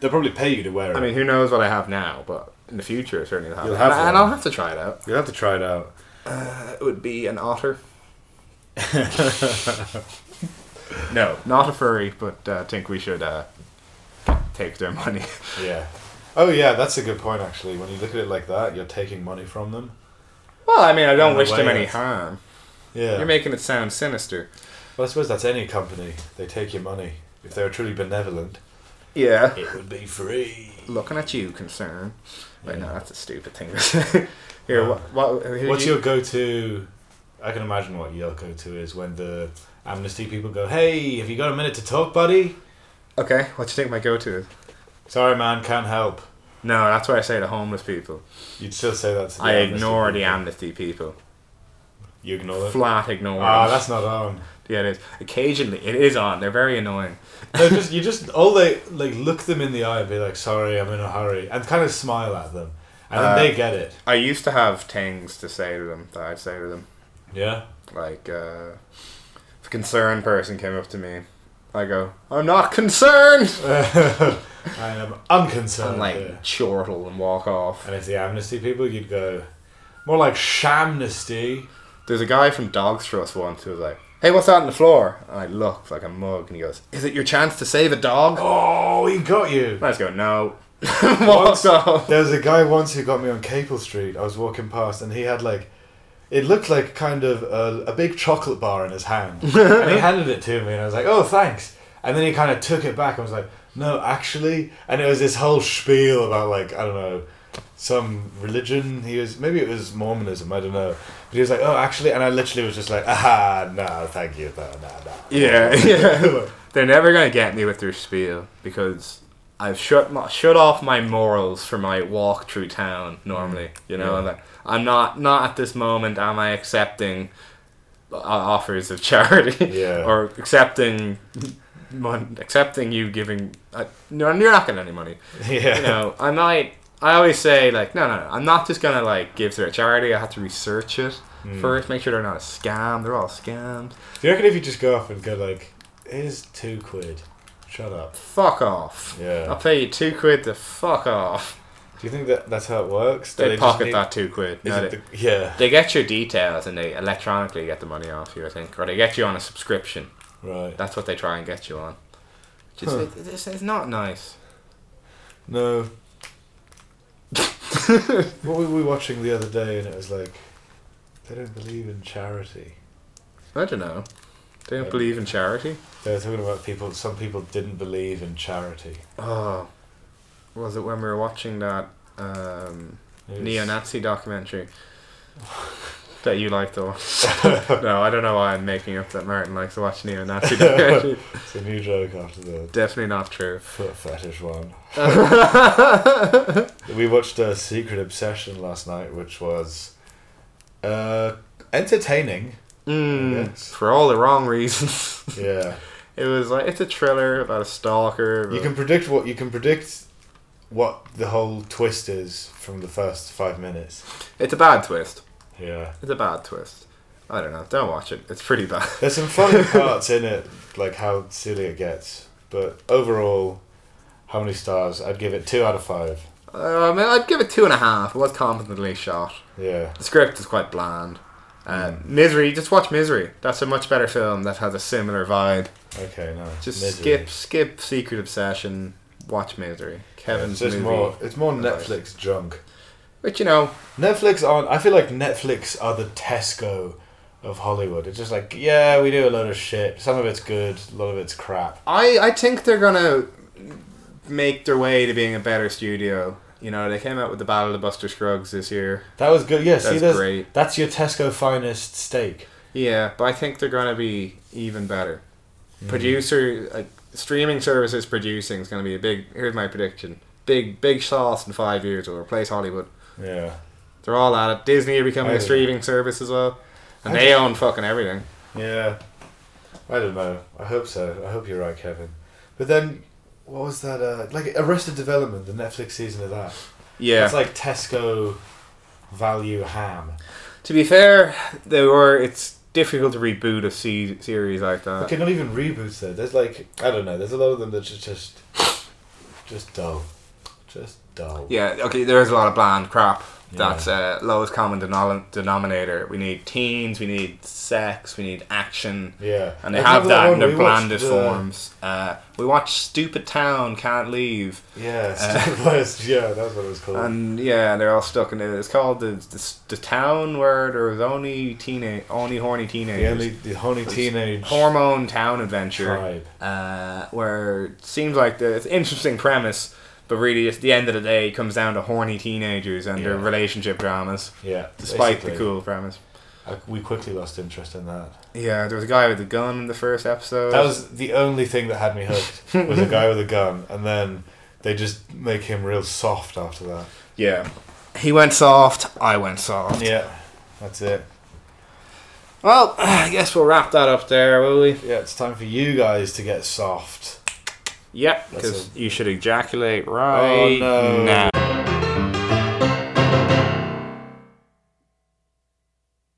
[SPEAKER 3] They'll probably pay you to wear it.
[SPEAKER 2] I mean, who knows what I have now, but in the future, certainly I'll have,
[SPEAKER 3] You'll
[SPEAKER 2] it.
[SPEAKER 3] have
[SPEAKER 2] and, and
[SPEAKER 3] one.
[SPEAKER 2] I'll have to try it out.
[SPEAKER 3] you'll have to try it out.
[SPEAKER 2] It would be an otter. no, not a furry, but uh, I think we should uh, take their money.
[SPEAKER 3] Yeah. Oh yeah, that's a good point actually. When you look at it like that, you're taking money from them.
[SPEAKER 2] well, I mean, I don't
[SPEAKER 3] In a
[SPEAKER 2] wish them
[SPEAKER 3] way,
[SPEAKER 2] any
[SPEAKER 3] it's-
[SPEAKER 2] harm.
[SPEAKER 3] Yeah.
[SPEAKER 2] You're making it sound sinister.
[SPEAKER 3] well, I suppose that's any company. They take your money. If they were truly benevolent,
[SPEAKER 2] Yeah.
[SPEAKER 3] it would be free.
[SPEAKER 2] Looking at you, concern. Wait, no, that's a stupid thing to say. Here, what, what, who
[SPEAKER 3] What's
[SPEAKER 2] you-
[SPEAKER 3] your go-to? I can imagine what your go-to is when the amnesty people go, "Hey, have you got a minute to talk, buddy?"
[SPEAKER 2] Okay, what do you think my go-to is?
[SPEAKER 3] Sorry, man, can't help.
[SPEAKER 2] No, that's what I say to homeless people.
[SPEAKER 3] You'd still say that to the
[SPEAKER 2] I
[SPEAKER 3] amnesty
[SPEAKER 2] ignore the
[SPEAKER 3] people.
[SPEAKER 2] amnesty people.
[SPEAKER 3] You ignore them.
[SPEAKER 2] Flat ignore.
[SPEAKER 3] Ah,
[SPEAKER 2] them.
[SPEAKER 3] that's not on.
[SPEAKER 2] Yeah, it is. Occasionally, it is on. They're very annoying.
[SPEAKER 3] No, just you just all they like look them in the eye and be like, "Sorry, I'm in a hurry," and kind of smile at them, and
[SPEAKER 2] Uh,
[SPEAKER 3] then they get it.
[SPEAKER 2] I used to have things to say to them that I'd say to them.
[SPEAKER 3] Yeah.
[SPEAKER 2] Like, uh, if a concerned person came up to me, I go, I'm not concerned!
[SPEAKER 3] I am unconcerned.
[SPEAKER 2] And like,
[SPEAKER 3] yeah.
[SPEAKER 2] chortle and walk off.
[SPEAKER 3] And if the amnesty people, you'd go more like shamnesty.
[SPEAKER 2] There's a guy from Dogs Trust once who was like, Hey, what's that on the floor? And I look like a mug and he goes, Is it your chance to save a dog?
[SPEAKER 3] Oh, he got you.
[SPEAKER 2] And I just go, No. Walks off.
[SPEAKER 3] There was a guy once who got me on Capel Street. I was walking past, and he had like, it looked like kind of a, a big chocolate bar in his hand, and he handed it to me, and I was like, "Oh, thanks." And then he kind of took it back and was like, "No, actually," and it was this whole spiel about like I don't know, some religion. He was maybe it was Mormonism. I don't know, but he was like, "Oh, actually," and I literally was just like, "Aha, no, thank you, no, no, no."
[SPEAKER 2] Yeah, yeah. They're never gonna get me with their spiel because I've shut my, shut off my morals for my walk through town normally.
[SPEAKER 3] Mm.
[SPEAKER 2] You know, and like, I'm not not at this moment. Am I accepting o- offers of charity
[SPEAKER 3] Yeah.
[SPEAKER 2] or accepting mon- accepting you giving? Uh, no, you're not getting any money.
[SPEAKER 3] Yeah.
[SPEAKER 2] You know, I might. I always say like, no, no, no. I'm not just gonna like give to a charity. I have to research it
[SPEAKER 3] Mm.
[SPEAKER 2] first, make sure they're not a scam. They're all scams.
[SPEAKER 3] Do you reckon if you just go up and go like, "Here's two quid," shut up.
[SPEAKER 2] fuck off.
[SPEAKER 3] Yeah.
[SPEAKER 2] I'll pay you two quid to fuck off.
[SPEAKER 3] Do you think that that's how it works? Do
[SPEAKER 2] They,
[SPEAKER 3] just
[SPEAKER 2] pocket
[SPEAKER 3] need-
[SPEAKER 2] that two quid.
[SPEAKER 3] Is
[SPEAKER 2] No,
[SPEAKER 3] it
[SPEAKER 2] they,
[SPEAKER 3] the, yeah.
[SPEAKER 2] they get your details and they electronically get the money off you, I think. Or they get you on a subscription.
[SPEAKER 3] Right.
[SPEAKER 2] That's what they try and get you on. Which is,
[SPEAKER 3] Huh.
[SPEAKER 2] it- it's, it's not nice.
[SPEAKER 3] No. what were we watching the other day? And it was like, they don't believe in charity.
[SPEAKER 2] I don't know. They don't
[SPEAKER 3] Yeah.
[SPEAKER 2] believe in charity.
[SPEAKER 3] They were talking about people. Some people didn't believe in charity.
[SPEAKER 2] Oh. Was it when we were watching that um,
[SPEAKER 3] It was-
[SPEAKER 2] neo Nazi documentary that you liked to watch? no, I don't know why I'm making up that Martin likes to watch neo Nazi documentary.
[SPEAKER 3] It's a new joke after the
[SPEAKER 2] Definitely not true.
[SPEAKER 3] foot fetish one. we watched a secret obsession last night, which was uh, entertaining.
[SPEAKER 2] Mm,
[SPEAKER 3] Yes.
[SPEAKER 2] For all the wrong reasons.
[SPEAKER 3] Yeah.
[SPEAKER 2] it was like it's a thriller about a stalker.
[SPEAKER 3] You
[SPEAKER 2] but-
[SPEAKER 3] can predict what you can predict what the whole twist is from the first five minutes.
[SPEAKER 2] It's a bad twist.
[SPEAKER 3] Yeah.
[SPEAKER 2] It's a bad twist. I don't know. Don't watch it. It's pretty bad.
[SPEAKER 3] There's some funny parts in it, like how silly it gets. But overall, how many stars? I'd give it two out of five.
[SPEAKER 2] Uh, I mean, I'd give it two and a half. It was competently shot.
[SPEAKER 3] Yeah.
[SPEAKER 2] The script is quite bland. Uh,
[SPEAKER 3] Hmm.
[SPEAKER 2] Misery. Just watch Misery. That's a much better film that has a similar vibe.
[SPEAKER 3] Okay, no.
[SPEAKER 2] Just
[SPEAKER 3] Misery.
[SPEAKER 2] skip, skip Secret Obsession. Watch Misery.
[SPEAKER 3] Yeah,
[SPEAKER 2] Kevin's
[SPEAKER 3] it's just
[SPEAKER 2] movie.
[SPEAKER 3] more. It's more
[SPEAKER 2] advice.
[SPEAKER 3] Netflix junk.
[SPEAKER 2] Which you know,
[SPEAKER 3] Netflix on. I feel like Netflix are the Tesco of Hollywood. It's just like, yeah, we do a lot of shit. Some of it's good. A lot of it's crap.
[SPEAKER 2] I, I think they're gonna make their way to being a better studio. You know, they came out with the Battle of the Buster Scruggs this year.
[SPEAKER 3] That was good. Yeah. see,
[SPEAKER 2] That's
[SPEAKER 3] there's,
[SPEAKER 2] great.
[SPEAKER 3] That's your Tesco finest steak.
[SPEAKER 2] Yeah, but I think they're gonna be even better.
[SPEAKER 3] Mm-hmm.
[SPEAKER 2] Producer, uh, streaming services producing is gonna be a big. Here's my prediction: big, big sauce in five years will replace Hollywood.
[SPEAKER 3] Yeah.
[SPEAKER 2] They're all at it. Disney are becoming
[SPEAKER 3] I-
[SPEAKER 2] a streaming service as well, and
[SPEAKER 3] Oh, I-
[SPEAKER 2] they own fucking everything.
[SPEAKER 3] Yeah. I don't know. I hope so. I hope you're right, Kevin. But then, what was that? Uh, like Arrested Development, the Netflix season of that.
[SPEAKER 2] Yeah,
[SPEAKER 3] It's like Tesco value ham.
[SPEAKER 2] to be fair, they were. It's difficult to reboot a se- series like that.
[SPEAKER 3] Okay, not even reboots though. There's like I don't know. There's a lot of them that just just just dull, just dull.
[SPEAKER 2] Yeah, okay, there is a lot of bland crap. That's uh, lowest common denom- denominator. We need teens, we need sex, we need action.
[SPEAKER 3] Yeah.
[SPEAKER 2] And they
[SPEAKER 3] I
[SPEAKER 2] have
[SPEAKER 3] remember
[SPEAKER 2] that in
[SPEAKER 3] one
[SPEAKER 2] their
[SPEAKER 3] we watched,
[SPEAKER 2] blandest
[SPEAKER 3] uh,
[SPEAKER 2] forms. Uh, we watch Stupid Town, Can't Leave.
[SPEAKER 3] Yeah,
[SPEAKER 2] Uh,
[SPEAKER 3] Stupid West, yeah, that's what it was called.
[SPEAKER 2] And yeah, they're all stuck in it. It's called the, the, the town where there was only teenage, only horny
[SPEAKER 3] the
[SPEAKER 2] teenagers.
[SPEAKER 3] only the horny teenage
[SPEAKER 2] hormone town adventure
[SPEAKER 3] Tribe.
[SPEAKER 2] uh, where it seems like the it's an interesting premise but really at the end of the day it comes down to horny teenagers and their
[SPEAKER 3] Yeah.
[SPEAKER 2] relationship dramas
[SPEAKER 3] Yeah,
[SPEAKER 2] despite
[SPEAKER 3] basically.
[SPEAKER 2] the cool premise
[SPEAKER 3] I, we quickly lost interest in that.
[SPEAKER 2] yeah there was a guy with a gun in the first episode
[SPEAKER 3] That was the only thing that had me hooked was a guy with a gun, and then they just make him real soft after that.
[SPEAKER 2] yeah he went soft I went soft
[SPEAKER 3] Yeah, that's it.
[SPEAKER 2] well I guess we'll wrap that up there will we
[SPEAKER 3] Yeah, it's time for you guys to get soft.
[SPEAKER 2] yep
[SPEAKER 3] That's
[SPEAKER 2] because you should ejaculate right
[SPEAKER 3] Oh, no.
[SPEAKER 2] now